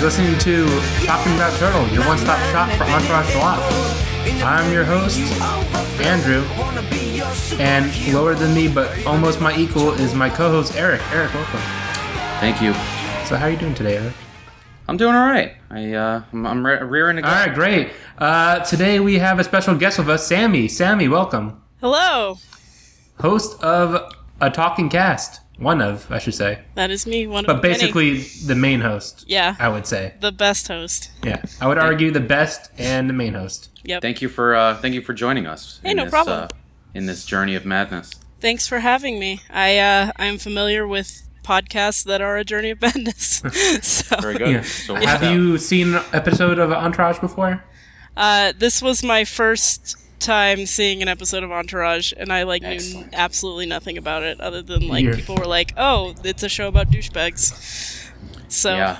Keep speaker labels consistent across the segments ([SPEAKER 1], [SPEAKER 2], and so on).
[SPEAKER 1] listening to Talking About Turtle, your one stop shop for Entourage Live. I'm your host, Andrew, and lower than me, but almost my equal, is my co host, Eric. Eric, welcome.
[SPEAKER 2] Thank you.
[SPEAKER 1] So, how are you doing today, Eric?
[SPEAKER 2] I'm doing all right. I uh, I'm, I'm re- rearing to go.
[SPEAKER 1] All right, great. Uh, today we have a special guest with us, Sammy. Sammy, welcome.
[SPEAKER 3] Hello.
[SPEAKER 1] Host of a talking cast. One of, I should say.
[SPEAKER 3] That is me. One
[SPEAKER 1] But
[SPEAKER 3] of the many.
[SPEAKER 1] basically, the main host,
[SPEAKER 3] Yeah.
[SPEAKER 1] I would say.
[SPEAKER 3] the best host.
[SPEAKER 1] Yeah. I would argue the best and the main host.
[SPEAKER 3] Yep.
[SPEAKER 2] Thank you for uh, thank you for joining us.
[SPEAKER 3] Hey,
[SPEAKER 2] in
[SPEAKER 3] no
[SPEAKER 2] this,
[SPEAKER 3] problem.
[SPEAKER 2] Uh, in this journey of madness.
[SPEAKER 3] Thanks for having me. I uh, I'm familiar with podcasts that are a journey of madness. so
[SPEAKER 2] Very good.
[SPEAKER 1] Yeah.
[SPEAKER 2] So we're
[SPEAKER 1] Have
[SPEAKER 2] out.
[SPEAKER 1] you seen an episode of Entourage before?
[SPEAKER 3] uh, this was my first time seeing an episode of Entourage, and I like knew
[SPEAKER 2] Excellent.
[SPEAKER 3] absolutely nothing about it other than like
[SPEAKER 1] You're-
[SPEAKER 3] people were like, "Oh, it's a show about douchebags." So
[SPEAKER 2] Yeah.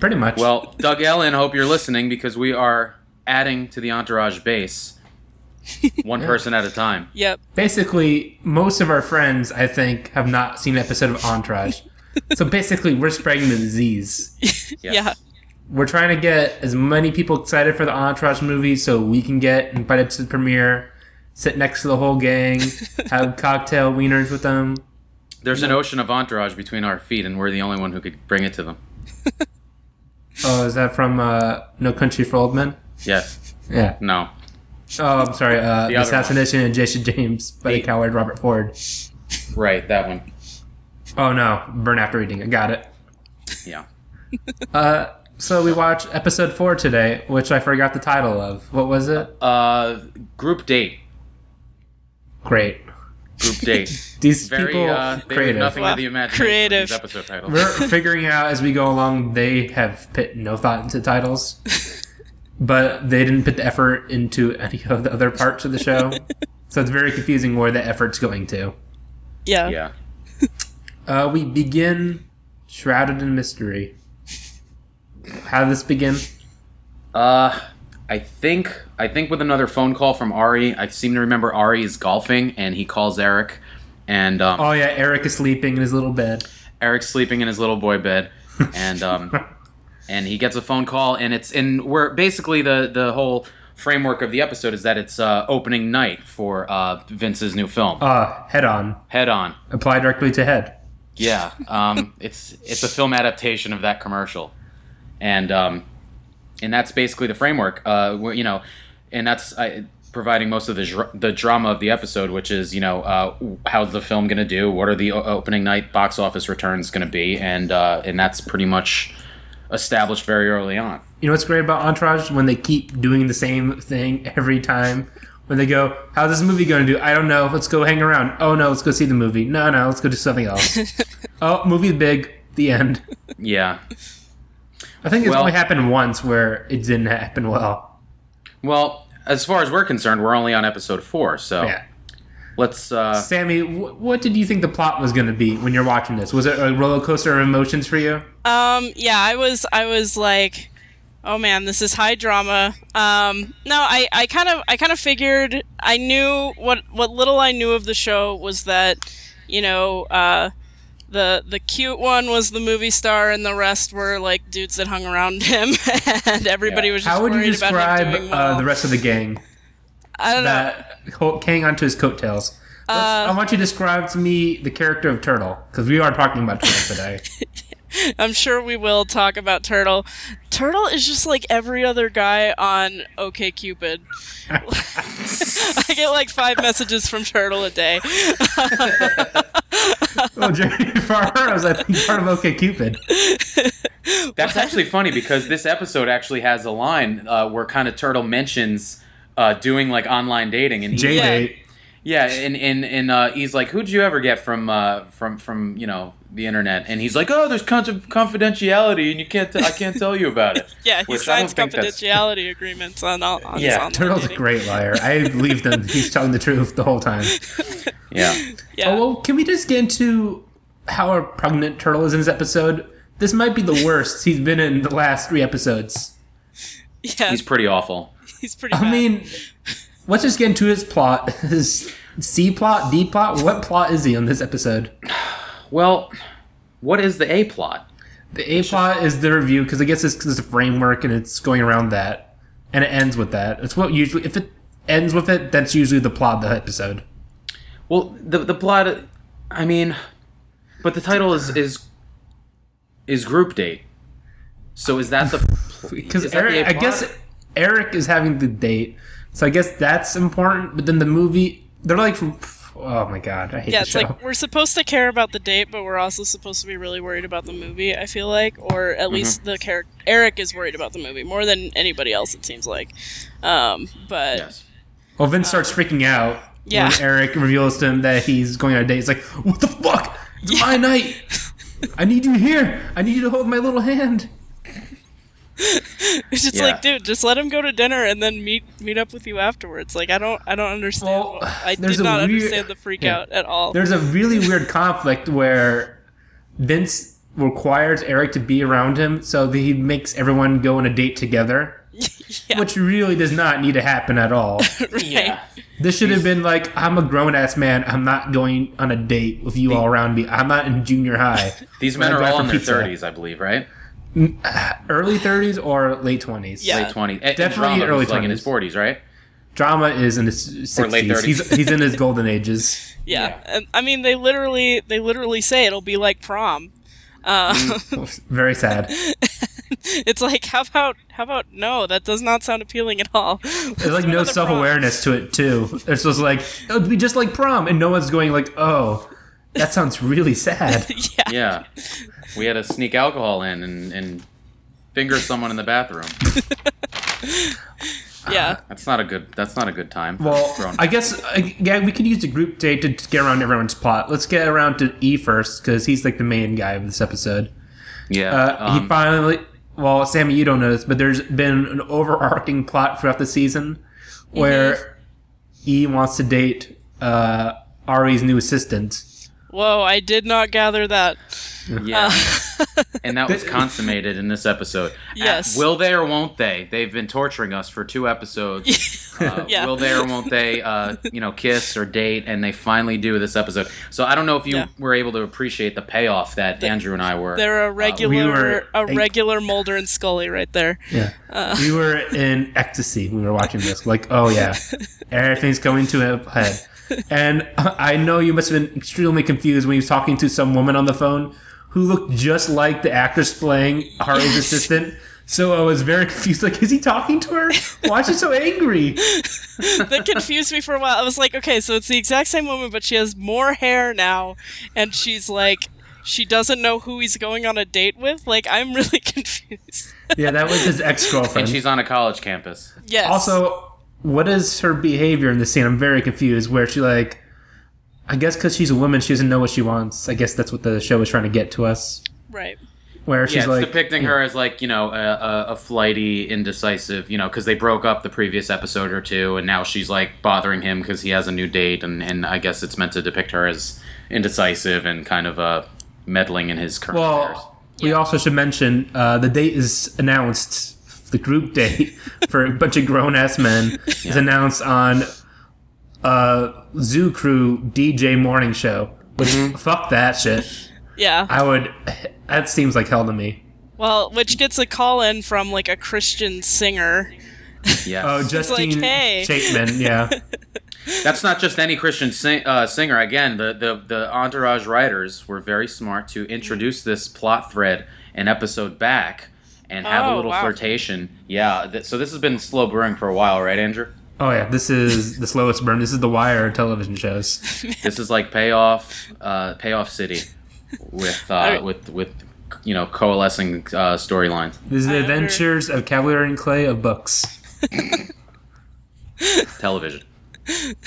[SPEAKER 1] Pretty much.
[SPEAKER 2] Well, Doug Ellen, hope you're listening because we are adding to the entourage base, one person at a time.
[SPEAKER 3] yep.
[SPEAKER 1] basically, most of our friends, I think, have not seen an episode of Entourage. so basically, we're spreading the disease.
[SPEAKER 2] Yes.
[SPEAKER 3] Yeah.
[SPEAKER 1] We're trying to get as many people excited for the Entourage movie so we can get invited to the premiere, sit next to the whole gang, have cocktail wieners with them.
[SPEAKER 2] There's an ocean of entourage between our feet, and we're the only one who could bring it to them.
[SPEAKER 1] Oh, is that from uh, No Country for Old Men?
[SPEAKER 2] Yes.
[SPEAKER 1] Yeah.
[SPEAKER 2] No.
[SPEAKER 1] Oh, I'm sorry. Uh, the
[SPEAKER 2] other
[SPEAKER 1] Assassination of Jason James by the
[SPEAKER 2] The-
[SPEAKER 1] coward Robert Ford.
[SPEAKER 2] Right. That one.
[SPEAKER 1] Oh no, burn after reading. I got it.
[SPEAKER 2] Yeah.
[SPEAKER 1] Uh, so we watch episode four today, which I forgot the title of. What was it?
[SPEAKER 2] Uh, group date.
[SPEAKER 1] Great.
[SPEAKER 2] Group date.
[SPEAKER 1] These
[SPEAKER 2] Very.
[SPEAKER 1] people
[SPEAKER 2] uh, they leave
[SPEAKER 1] creative.
[SPEAKER 2] nothing
[SPEAKER 3] Wow.
[SPEAKER 2] to the imagination. with
[SPEAKER 3] Creative.
[SPEAKER 2] These episode titles.
[SPEAKER 1] We're figuring out as we go along. They have put no thought into titles, but they didn't put the effort into any of the other parts of the show. so it's very confusing where the effort's going to.
[SPEAKER 3] Yeah.
[SPEAKER 2] yeah.
[SPEAKER 1] Uh, we begin shrouded in mystery. How did this begin?
[SPEAKER 2] Uh, I think I think with another phone call from Ari. I seem to remember Ari is golfing, and he calls Eric, and um,
[SPEAKER 1] Oh yeah, Eric is sleeping in his little bed.
[SPEAKER 2] Eric's sleeping in his little boy bed, and um, and he gets a phone call, and it's and we're basically the the whole framework of the episode is that it's uh, opening night for uh, Vince's new film,
[SPEAKER 1] Uh, head on.
[SPEAKER 2] Head On.
[SPEAKER 1] Apply directly to head.
[SPEAKER 2] Yeah, um, it's it's a film adaptation of that commercial, and um, and that's basically the framework. Uh, where, you know, and that's I, providing most of the dr- the drama of the episode, which is you know uh, how's the film going to do? What are the o- opening night box office returns going to be? And uh, and that's pretty much established very early on.
[SPEAKER 1] You know what's great about Entourage when they keep doing the same thing every time. When they go, "How's this movie going to do?" I don't know. Let's go hang around. Oh no, let's go see the movie. No, no, let's go do something else. oh, movie's big. The end.
[SPEAKER 2] Yeah.
[SPEAKER 1] I think it's
[SPEAKER 2] Well-
[SPEAKER 1] only happened once where it didn't happen well.
[SPEAKER 2] Well, as far as we're concerned, we're only on episode four, so
[SPEAKER 1] Yeah.
[SPEAKER 2] let's. Uh,
[SPEAKER 1] Sammy, wh- what did you think the plot was going to be when you're watching this? Was it a roller coaster of emotions for you?
[SPEAKER 3] Um, yeah, I was I was like, oh man, this is high drama. Um, no, I, I kind of I kind of figured I knew what what little I knew of the show was that, you know, uh, the the cute one was the movie star and the rest were like dudes that hung around him and everybody
[SPEAKER 2] Yeah.
[SPEAKER 3] was just
[SPEAKER 1] How would you
[SPEAKER 3] worried about him
[SPEAKER 1] describe
[SPEAKER 3] doing well.
[SPEAKER 1] uh, the rest of the gang?
[SPEAKER 3] I don't know.
[SPEAKER 1] that ho- hang onto his coattails. Let's- I want you to describe to me the character of Turtle because we are talking about Turtle today.
[SPEAKER 3] I'm sure we will talk about Turtle. Turtle is just like every other guy on OK Cupid. I get like five messages from Turtle a day.
[SPEAKER 1] oh, Jeremy Farrar was I think part of OK Cupid.
[SPEAKER 2] That's actually funny because this episode actually has a line uh, where kind of Turtle mentions uh, doing like online dating, and he-
[SPEAKER 1] J
[SPEAKER 3] Yeah.
[SPEAKER 1] date.
[SPEAKER 2] yeah, and and and uh, he's like, "Who'd you ever get from uh, from from you know the internet?" And he's like, "Oh, there's con- confidentiality, and you can't I I can't tell you about it."
[SPEAKER 3] Yeah, he
[SPEAKER 2] Which I
[SPEAKER 3] signs
[SPEAKER 2] don't think that's-
[SPEAKER 3] confidentiality agreements on all. On
[SPEAKER 2] Yeah,
[SPEAKER 3] his online
[SPEAKER 1] Turtle's a
[SPEAKER 3] dating.
[SPEAKER 1] great liar. I believe them. He's telling the truth the whole time.
[SPEAKER 2] Yeah,
[SPEAKER 3] Yeah.
[SPEAKER 1] Oh, well, can we just get into how a pregnant Turtle is in this episode? This might be the worst he's been in the last three episodes.
[SPEAKER 3] yeah,
[SPEAKER 2] he's
[SPEAKER 3] he's,
[SPEAKER 2] pretty awful.
[SPEAKER 3] pretty.
[SPEAKER 1] I
[SPEAKER 3] bad.
[SPEAKER 1] mean, let's just get into his plot. His C plot, D plot. What plot is he on this episode?
[SPEAKER 2] Well, what is the A plot?
[SPEAKER 1] The A plot is the review because I guess it's, 'cause it's a framework and it's going around that, and it ends with that. It's what usually if it ends with it, that's usually the plot of the episode.
[SPEAKER 2] Well, the the plot, I mean, but the title is is is group date. So is that the is
[SPEAKER 1] Because
[SPEAKER 2] that the
[SPEAKER 1] Eric, I
[SPEAKER 2] plot?
[SPEAKER 1] guess Eric is having the date, so I guess that's important. But then the movie, they're like, from, oh my god, I hate
[SPEAKER 3] Yeah,
[SPEAKER 1] the
[SPEAKER 3] it's
[SPEAKER 1] show.
[SPEAKER 3] like we're supposed to care about the date, but we're also supposed to be really worried about the movie. I feel like, or
[SPEAKER 2] Mm-hmm.
[SPEAKER 3] at least the character Eric is worried about the movie more than anybody else. It seems like, um, but
[SPEAKER 2] yes.
[SPEAKER 1] well, Vince starts freaking out.
[SPEAKER 3] uh, yeah.
[SPEAKER 1] When Eric reveals to him that he's going on a date. He's like, what the fuck? It's my night. I need you here. I need you to hold my little hand.
[SPEAKER 3] it's just
[SPEAKER 2] Yeah.
[SPEAKER 3] like, dude, just let him go to dinner and then meet meet up with you afterwards. Like, I don't, I don't understand.
[SPEAKER 1] Well,
[SPEAKER 3] what- I
[SPEAKER 1] there's
[SPEAKER 3] did
[SPEAKER 1] a
[SPEAKER 3] not
[SPEAKER 1] weird-
[SPEAKER 3] understand the freak
[SPEAKER 1] yeah.
[SPEAKER 3] out at all.
[SPEAKER 1] There's a really weird conflict where Vince requires Eric to be around him so that he makes everyone go on a date together,
[SPEAKER 3] yeah,
[SPEAKER 1] which really does not need to happen at all.
[SPEAKER 3] right.
[SPEAKER 2] Yeah.
[SPEAKER 1] This should have been like, I'm a grown ass man. I'm not going on a date with you all around me. I'm not in junior high.
[SPEAKER 2] These men
[SPEAKER 1] When I
[SPEAKER 2] are
[SPEAKER 1] go out
[SPEAKER 2] all
[SPEAKER 1] for
[SPEAKER 2] in their
[SPEAKER 1] pizza.
[SPEAKER 2] thirties, I believe, right?
[SPEAKER 1] Early 30s or late 20s.
[SPEAKER 3] Yeah.
[SPEAKER 2] Late twenties.
[SPEAKER 1] Definitely
[SPEAKER 2] Definitely
[SPEAKER 1] early
[SPEAKER 2] early like in his
[SPEAKER 1] 20s.
[SPEAKER 2] forties, right?
[SPEAKER 1] Drama is in his 60s.
[SPEAKER 2] Or late 30s.
[SPEAKER 1] He's, he's in his golden ages.
[SPEAKER 3] yeah. And, I mean, they literally, they literally say it'll be like prom. Uh,
[SPEAKER 2] Mm.
[SPEAKER 1] Very sad.
[SPEAKER 3] it's like, how about, how about no? That does not sound appealing at all.
[SPEAKER 1] There's like no
[SPEAKER 3] Another
[SPEAKER 1] self awareness to it, too. It's just like, it would be just like prom. And no one's going, like, oh, that sounds really sad.
[SPEAKER 3] yeah.
[SPEAKER 2] Yeah. we had to sneak alcohol in and, and finger someone in the bathroom.
[SPEAKER 3] Yeah.
[SPEAKER 2] That's not a good. That's not a good time. for
[SPEAKER 1] Well,
[SPEAKER 2] grown-
[SPEAKER 1] I guess I, yeah, we could use the group date to get around everyone's plot. Let's get around to E first, because he's like the main guy of this episode.
[SPEAKER 2] yeah.
[SPEAKER 1] Uh,
[SPEAKER 2] um,
[SPEAKER 1] he finally. Well, Sammy, you don't know this, but there's been an overarching plot throughout the season where E wants to date uh, Ari's new assistant.
[SPEAKER 3] Whoa, I did not gather that.
[SPEAKER 2] yeah. and that was consummated in this episode.
[SPEAKER 3] Yes.
[SPEAKER 2] Uh, will they or won't they? They've been torturing us for two episodes. Uh,
[SPEAKER 3] Yeah.
[SPEAKER 2] Will they or won't they? Uh, you know, kiss or date, and they finally do this episode. So I don't know if you
[SPEAKER 3] Yeah.
[SPEAKER 2] were able to appreciate the payoff that Andrew and I were.
[SPEAKER 3] They're a regular,
[SPEAKER 1] were-
[SPEAKER 3] a regular Mulder and Scully right there.
[SPEAKER 1] Yeah,
[SPEAKER 2] Uh.
[SPEAKER 1] we were in ecstasy when we were watching this. Like, oh yeah, everything's coming to a head. And I know you must have been extremely confused when he was talking to some woman on the phone who looked just like the actress playing Ari's assistant. So I was very confused. Like, is he talking to her? Why is she so angry?
[SPEAKER 3] That confused me for a while. I was like, okay, so it's the exact same woman, but she has more hair now, and she's like, she doesn't know who he's going on a date with. Like, I'm really confused.
[SPEAKER 1] Yeah, that was his ex
[SPEAKER 2] and
[SPEAKER 1] girlfriend.
[SPEAKER 2] she's on a college campus.
[SPEAKER 3] Yes.
[SPEAKER 1] Also, what is her behavior in this scene? I'm very confused. Where she like, I guess because she's a woman, she doesn't know what she wants. I guess that's what the show is trying to get to us.
[SPEAKER 3] right.
[SPEAKER 1] Where
[SPEAKER 2] yeah,
[SPEAKER 1] she's
[SPEAKER 2] it's
[SPEAKER 1] like,
[SPEAKER 2] depicting her as like you know a, a, a flighty, indecisive, you know, because they broke up the previous episode or two, and now she's like bothering him because he has a new date, and and I guess it's meant to depict her as indecisive and kind of uh, meddling in his current affairs.
[SPEAKER 1] Well, we also should mention uh, the date is announced. The group date for a bunch of grown ass men is announced on uh, Zoo Crew DJ Morning Show. Which
[SPEAKER 2] Mm-hmm.
[SPEAKER 1] fuck that shit.
[SPEAKER 3] Yeah.
[SPEAKER 1] I would. That seems like hell to me.
[SPEAKER 3] Well, which gets a call in from like a Christian singer.
[SPEAKER 2] Yes.
[SPEAKER 1] Oh,
[SPEAKER 3] like,
[SPEAKER 1] Justine
[SPEAKER 3] hey.
[SPEAKER 1] Chapman. Yeah.
[SPEAKER 2] That's not just any Christian sing- uh, singer. Again, the, the, the Entourage writers were very smart to introduce this plot thread an episode back and have
[SPEAKER 3] Oh,
[SPEAKER 2] a little
[SPEAKER 3] wow.
[SPEAKER 2] flirtation. Yeah, th- so this has been slow brewing for a while, right, Andrew?
[SPEAKER 1] Oh yeah, this is the slowest burn. This is the Wire of television shows.
[SPEAKER 2] This is like payoff, uh, payoff city, with uh,
[SPEAKER 3] Alright.
[SPEAKER 2] with with you know coalescing uh, storylines.
[SPEAKER 1] This is the
[SPEAKER 3] I wonder-
[SPEAKER 1] Adventures of Cavalier and Clay of books.
[SPEAKER 2] Television.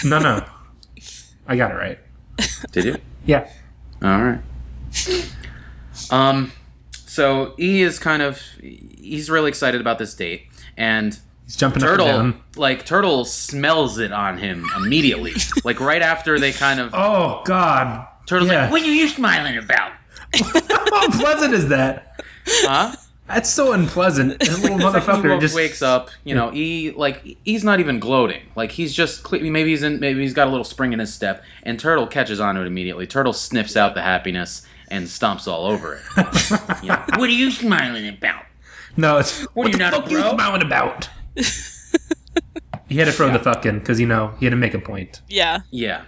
[SPEAKER 1] No, no, I got it right.
[SPEAKER 2] Did you?
[SPEAKER 1] Yeah,
[SPEAKER 2] All right. Um, so E is kind of he's really excited about this date and.
[SPEAKER 1] he's jumping
[SPEAKER 2] Turtle,
[SPEAKER 1] up and down.
[SPEAKER 2] like Turtle, smells it on him immediately. like right after they kind of
[SPEAKER 1] Oh God,
[SPEAKER 2] Turtle's
[SPEAKER 1] yeah.
[SPEAKER 2] like, "What are you smiling about?"
[SPEAKER 1] How unpleasant is that?
[SPEAKER 2] Huh?
[SPEAKER 1] That's so unpleasant. That little
[SPEAKER 2] he
[SPEAKER 1] motherfucker
[SPEAKER 2] woke-
[SPEAKER 1] just
[SPEAKER 2] wakes up. You know, he like he's not even gloating. Like he's just cle- maybe he's in maybe he's got a little spring in his step, and Turtle catches onto it immediately. Turtle sniffs out the happiness and stomps all over it. You know, what are you smiling about?
[SPEAKER 1] No, it's
[SPEAKER 2] What are you
[SPEAKER 1] the
[SPEAKER 2] not a
[SPEAKER 1] fuck you
[SPEAKER 2] bro?"
[SPEAKER 1] smiling about? he had to throw the fuck in because you know he had to make a point.
[SPEAKER 3] Yeah.
[SPEAKER 2] Yeah.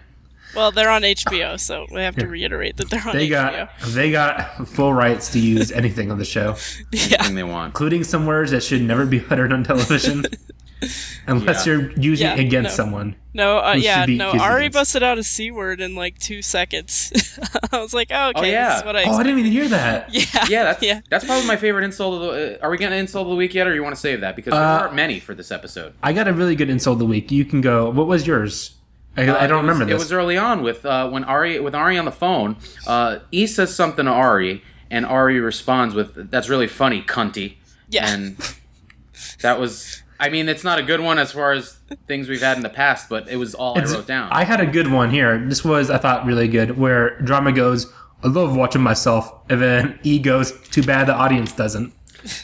[SPEAKER 3] Well, they're on HBO, so we have to reiterate that they're on
[SPEAKER 1] They
[SPEAKER 3] HBO.
[SPEAKER 1] got they got full rights to use anything on the show,
[SPEAKER 3] Yeah.
[SPEAKER 2] Thing they want.
[SPEAKER 1] including some words that should never be uttered on television, unless
[SPEAKER 2] Yeah.
[SPEAKER 1] you're using it
[SPEAKER 3] Yeah,
[SPEAKER 1] against
[SPEAKER 3] no.
[SPEAKER 1] someone.
[SPEAKER 3] No, uh,
[SPEAKER 1] Who's to
[SPEAKER 3] yeah,
[SPEAKER 1] be
[SPEAKER 3] no.
[SPEAKER 1] accused of
[SPEAKER 3] Ari
[SPEAKER 1] this?
[SPEAKER 3] busted out a C word in like two seconds. I was like, oh, okay,
[SPEAKER 2] Oh, yeah.
[SPEAKER 3] this is what I.
[SPEAKER 1] Oh, I didn't even hear that.
[SPEAKER 3] yeah.
[SPEAKER 2] Yeah, that's
[SPEAKER 3] yeah.
[SPEAKER 2] that's probably my favorite insult of the. Uh, are we getting insult of the week yet, or you want to save that because there
[SPEAKER 1] Uh,
[SPEAKER 2] aren't many for this episode?
[SPEAKER 1] I got a really good insult of the week. You can go. What was yours? I, I
[SPEAKER 2] Uh,
[SPEAKER 1] don't
[SPEAKER 2] it was-
[SPEAKER 1] remember
[SPEAKER 2] It
[SPEAKER 1] this.
[SPEAKER 2] was early on with uh, when Ari with Ari on the phone. Uh, E says something to Ari, and Ari responds with, "That's really funny, cunty."
[SPEAKER 3] Yeah.
[SPEAKER 2] And that was. I mean, it's not a good one as far as things we've had in the past, but it was all
[SPEAKER 1] It's-
[SPEAKER 2] I wrote down.
[SPEAKER 1] I had a good one here. This was, I thought, really good. Where drama goes, I love watching myself, and then E goes, too bad the audience doesn't.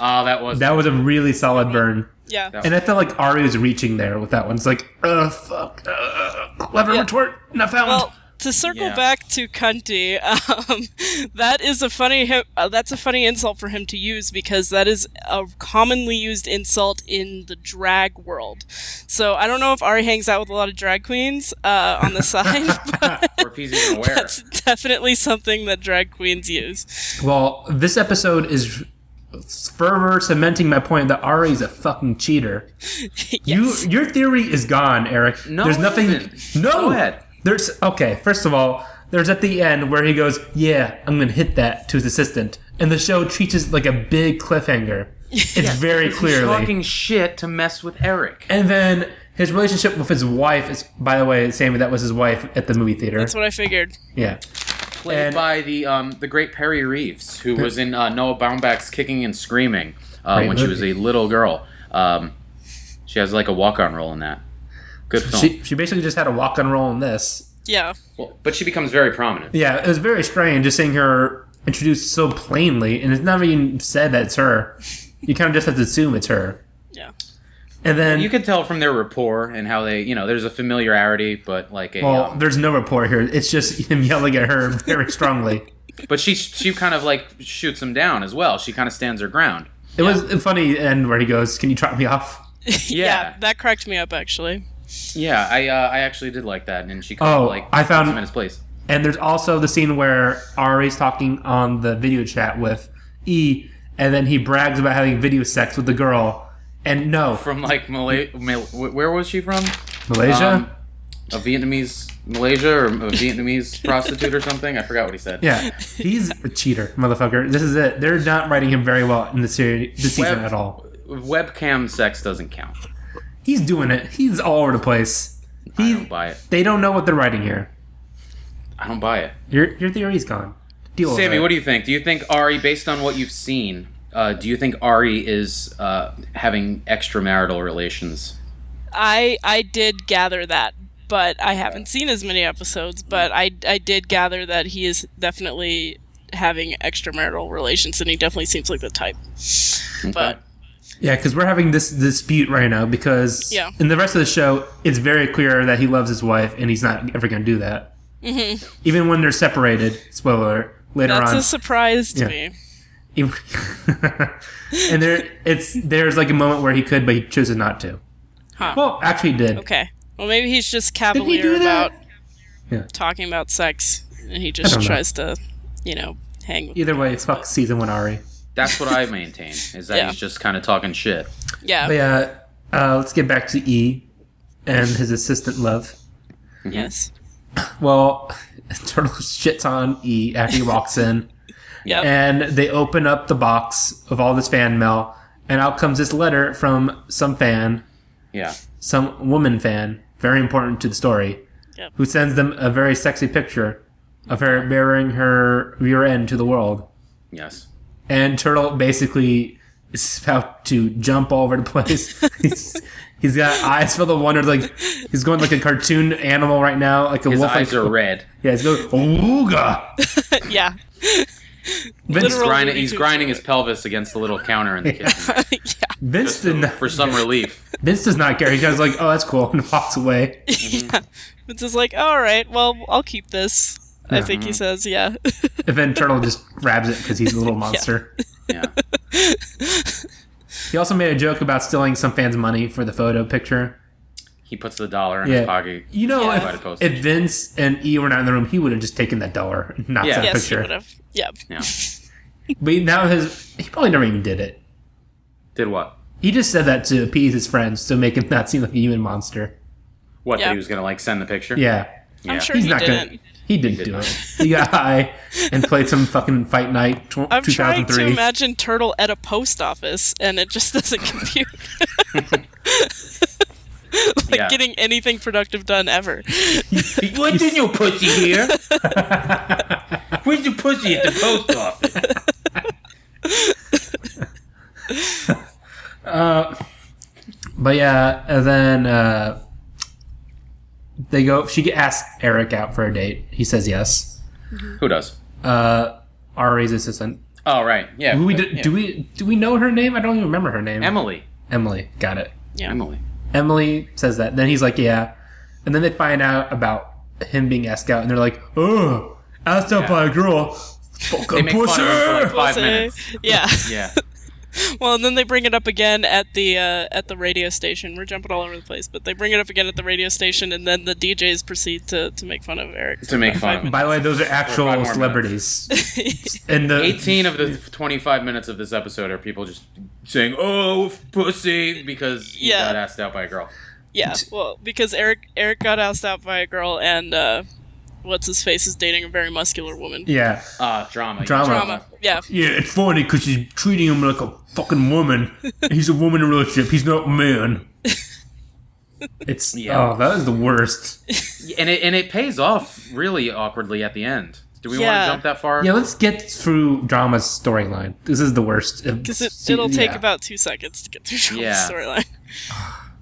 [SPEAKER 2] oh, that was.
[SPEAKER 1] That was a really solid burn,
[SPEAKER 3] yeah.
[SPEAKER 2] That-
[SPEAKER 1] and I felt like Ari was reaching there with that one. It's like, uh, fuck, uh, clever
[SPEAKER 3] Yeah.
[SPEAKER 1] retort, not found.
[SPEAKER 3] Well, to circle
[SPEAKER 2] Yeah.
[SPEAKER 3] back to Cunty, um, that is a funny hi- uh, that's a funny insult for him to use because that is a commonly used insult in the drag world. So I don't know if Ari hangs out with a lot of drag queens uh, on the side, but
[SPEAKER 2] or if he's even aware.
[SPEAKER 3] that's definitely something that drag queens use.
[SPEAKER 1] well, this episode is further cementing my point that Ari is a fucking cheater.
[SPEAKER 3] yes.
[SPEAKER 1] You, your theory is gone, Eric.
[SPEAKER 2] No,
[SPEAKER 1] there's
[SPEAKER 2] it
[SPEAKER 1] nothing.
[SPEAKER 2] isn't.
[SPEAKER 1] No,
[SPEAKER 2] Go ahead.
[SPEAKER 1] There's okay. First of all, there's at the end where he goes, "Yeah, I'm gonna hit that" to his assistant, and the show treats it like a big cliffhanger. It's very
[SPEAKER 2] He's
[SPEAKER 1] clearly.
[SPEAKER 2] talking shit to mess with Eric.
[SPEAKER 1] and then his relationship with his wife is, by the way, Sammy, that was his wife at the movie theater.
[SPEAKER 3] That's what I figured.
[SPEAKER 1] yeah,
[SPEAKER 2] Played
[SPEAKER 1] and-
[SPEAKER 2] by the um, the great Perry Reeves, who was in uh, Noah Baumbach's Kicking and Screaming uh,
[SPEAKER 1] Great
[SPEAKER 2] when she was
[SPEAKER 1] movie.
[SPEAKER 2] a little girl. Um, she has like a walk on role in that. Good film.
[SPEAKER 1] she she basically just had a walk on role in this.
[SPEAKER 3] Yeah.
[SPEAKER 2] Well, but she becomes very prominent.
[SPEAKER 1] Yeah, it was very strange just seeing her introduced so plainly, and it's not even said that it's her. You kind of just have to assume it's her.
[SPEAKER 3] Yeah.
[SPEAKER 1] And then
[SPEAKER 2] You could tell from their rapport and how they, you know, there's a familiarity, but like a.
[SPEAKER 1] Well,
[SPEAKER 2] um,
[SPEAKER 1] there's no report here. It's just him yelling at her very strongly.
[SPEAKER 2] but she she kind of like shoots him down as well. She kind of stands her ground.
[SPEAKER 1] It was a funny end where he goes, "Can you drop me off?"
[SPEAKER 3] yeah. That cracked me up actually.
[SPEAKER 2] Yeah, I uh, I actually did like that, and she kind
[SPEAKER 1] Oh,
[SPEAKER 2] of like
[SPEAKER 1] I found-
[SPEAKER 2] puts him in his place.
[SPEAKER 1] And there's also the scene where Ari's talking on the video chat with E, and then he brags about having video sex with the girl. And no,
[SPEAKER 2] from like Malay. Mal- where was she from?
[SPEAKER 1] Malaysia.
[SPEAKER 2] Um, a Vietnamese Malaysia or a Vietnamese prostitute or something. I forgot what he said.
[SPEAKER 1] yeah, he's a cheater, motherfucker. This is it. They're not writing him very well in the series this season
[SPEAKER 2] Web-
[SPEAKER 1] at all.
[SPEAKER 2] Webcam sex doesn't count.
[SPEAKER 1] He's doing it. He's all over the place.
[SPEAKER 2] I
[SPEAKER 1] He's,
[SPEAKER 2] don't buy it.
[SPEAKER 1] they don't know what they're writing here.
[SPEAKER 2] I don't buy it.
[SPEAKER 1] Your your theory's gone. Deal
[SPEAKER 2] Sammy,
[SPEAKER 1] with it.
[SPEAKER 2] what do you think? Do you think Ari, based on what you've seen, uh, do you think Ari is uh, having extramarital relations?
[SPEAKER 3] I I did gather that, but I haven't seen as many episodes. But I I did gather that he is definitely having extramarital relations, and he definitely seems like the type. But
[SPEAKER 1] Yeah, because we're having this dispute right now because
[SPEAKER 3] Yeah.
[SPEAKER 1] in the rest of the show, it's very clear that he loves his wife and he's not ever going to do that. Mm-hmm. Even when they're separated, spoiler alert, later
[SPEAKER 3] that's
[SPEAKER 1] on.
[SPEAKER 3] a surprise to
[SPEAKER 1] Yeah.
[SPEAKER 3] me.
[SPEAKER 1] even- and there, it's there's like a moment where he could, but he chooses not to.
[SPEAKER 3] Huh.
[SPEAKER 1] Well, actually, he did.
[SPEAKER 3] Okay. Well, maybe he's just
[SPEAKER 1] Did he
[SPEAKER 3] cavalier
[SPEAKER 1] do that?
[SPEAKER 3] about
[SPEAKER 1] Yeah.
[SPEAKER 3] talking about sex, and he
[SPEAKER 1] I
[SPEAKER 3] just
[SPEAKER 1] don't know.
[SPEAKER 3] tries to, you know, hang. With
[SPEAKER 1] Either way, fuck season one, Ari.
[SPEAKER 2] That's what I maintain is that
[SPEAKER 3] Yeah.
[SPEAKER 2] he's just kind of talking shit.
[SPEAKER 3] yeah.
[SPEAKER 1] But Oh, yeah, uh, let's get back to E and his assistant love.
[SPEAKER 3] Yes.
[SPEAKER 1] Well, Turtle shits on E after he walks in.
[SPEAKER 3] Yep.
[SPEAKER 1] and they open up the box of all this fan mail, and out comes this letter from some fan,
[SPEAKER 2] Yeah.
[SPEAKER 1] some woman fan, very important to the story,
[SPEAKER 3] Yep.
[SPEAKER 1] who sends them a very sexy picture of her bearing her rear end to the world.
[SPEAKER 2] Yes.
[SPEAKER 1] And Turtle basically is about to jump all over the place. he's, he's got eyes full of wonder, like he's going like a cartoon animal right now, like a
[SPEAKER 2] His
[SPEAKER 1] wolf.
[SPEAKER 2] eyes
[SPEAKER 1] like,
[SPEAKER 2] are red.
[SPEAKER 1] yeah, he's going ooga.
[SPEAKER 3] yeah.
[SPEAKER 1] Vince,
[SPEAKER 3] Literal-
[SPEAKER 2] Grinding, he's
[SPEAKER 3] YouTube.
[SPEAKER 2] grinding his pelvis against the little counter in the kitchen
[SPEAKER 3] yeah.
[SPEAKER 1] Vince did not,
[SPEAKER 2] for some relief.
[SPEAKER 1] Vince does not care. He goes like, "Oh, that's cool," and walks away.
[SPEAKER 3] Yeah. It's just like, all right. Well, I'll keep this. I think
[SPEAKER 1] Mm-hmm.
[SPEAKER 3] he says, yeah.
[SPEAKER 1] And then Turtle just grabs it because he's a little monster.
[SPEAKER 2] Yeah.
[SPEAKER 1] He also made a joke about stealing some fans' money for the photo picture.
[SPEAKER 2] He puts the dollar in his pocket.
[SPEAKER 1] You know,
[SPEAKER 2] Yeah. By the
[SPEAKER 1] if,
[SPEAKER 2] postage.
[SPEAKER 1] if Vince and E were not in the room, he would have just taken that dollar and not
[SPEAKER 2] Yeah.
[SPEAKER 1] that
[SPEAKER 3] yes, he would
[SPEAKER 1] picture.
[SPEAKER 3] have. Yep.
[SPEAKER 2] Yeah.
[SPEAKER 1] But now his he probably never even did it.
[SPEAKER 2] Did what?
[SPEAKER 1] He just said that to appease his friends to make him not seem like a human monster.
[SPEAKER 2] What that
[SPEAKER 3] Yeah.
[SPEAKER 2] he was gonna like send the picture?
[SPEAKER 1] Yeah.
[SPEAKER 2] Yeah.
[SPEAKER 3] I'm sure
[SPEAKER 1] He's
[SPEAKER 3] he
[SPEAKER 1] not
[SPEAKER 3] didn't.
[SPEAKER 1] gonna he didn't
[SPEAKER 2] did
[SPEAKER 1] do
[SPEAKER 2] not.
[SPEAKER 1] it. He got high and played some fucking fight night tw-
[SPEAKER 3] I'm trying to
[SPEAKER 1] 2003.
[SPEAKER 3] imagine Turtle at a post office, and it just doesn't compute. like
[SPEAKER 2] Yeah.
[SPEAKER 3] getting anything productive done ever.
[SPEAKER 2] What did your pussy here? Where's your pussy at the post office?
[SPEAKER 1] But yeah, and then uh, they go. She get- asks Eric out for a date. He says yes.
[SPEAKER 2] Who does?
[SPEAKER 1] Uh, Ari's assistant.
[SPEAKER 2] Oh right, yeah.
[SPEAKER 1] Do we
[SPEAKER 2] but-
[SPEAKER 1] do,
[SPEAKER 2] yeah.
[SPEAKER 1] do we do we know her name? I don't even remember her name.
[SPEAKER 2] Emily.
[SPEAKER 1] Emily. Got it.
[SPEAKER 3] Yeah.
[SPEAKER 2] Emily.
[SPEAKER 1] Emily says that. Then he's like, yeah. And then they find out about him being asked out, and they're like, oh, asked out
[SPEAKER 2] Yeah.
[SPEAKER 1] by a girl.
[SPEAKER 2] They
[SPEAKER 1] Fucking
[SPEAKER 2] make fun of
[SPEAKER 1] pussy.
[SPEAKER 2] her for like five
[SPEAKER 3] Say-
[SPEAKER 2] minutes.
[SPEAKER 3] Yeah.
[SPEAKER 2] Yeah.
[SPEAKER 3] Well, and then they bring it up again at the uh, at the radio station. We're jumping all over the place, but they bring it up again at the radio station, and then the DJs proceed to, to make fun of Eric.
[SPEAKER 2] To make fun of him.
[SPEAKER 1] By the way, those are
[SPEAKER 2] five
[SPEAKER 1] actual
[SPEAKER 2] more
[SPEAKER 1] celebrities. and the
[SPEAKER 2] 18 of the 25 minutes of this episode are people just saying, oh, f- pussy, because he
[SPEAKER 3] Yeah.
[SPEAKER 2] got asked out by a girl.
[SPEAKER 3] Yeah. Well, because Eric Eric got asked out by a girl, and uh, what's his face is dating a very muscular woman.
[SPEAKER 1] yeah,
[SPEAKER 2] Ah, drama.
[SPEAKER 1] Drama.
[SPEAKER 3] Drama. Yeah.
[SPEAKER 1] yeah, it's funny because she's treating him like a fucking woman. He's a woman in a relationship. He's not a man. It's
[SPEAKER 2] Yeah.
[SPEAKER 1] oh, that is the worst.
[SPEAKER 2] And it, and it pays off really awkwardly at the end. Do we want
[SPEAKER 3] Yeah.
[SPEAKER 2] to jump that far?
[SPEAKER 1] Yeah, let's get through drama's storyline. This is the worst.
[SPEAKER 3] Because it,
[SPEAKER 1] See,
[SPEAKER 3] it'll take
[SPEAKER 1] yeah.
[SPEAKER 3] about two seconds to get through Joel's
[SPEAKER 2] Yeah.
[SPEAKER 3] storyline.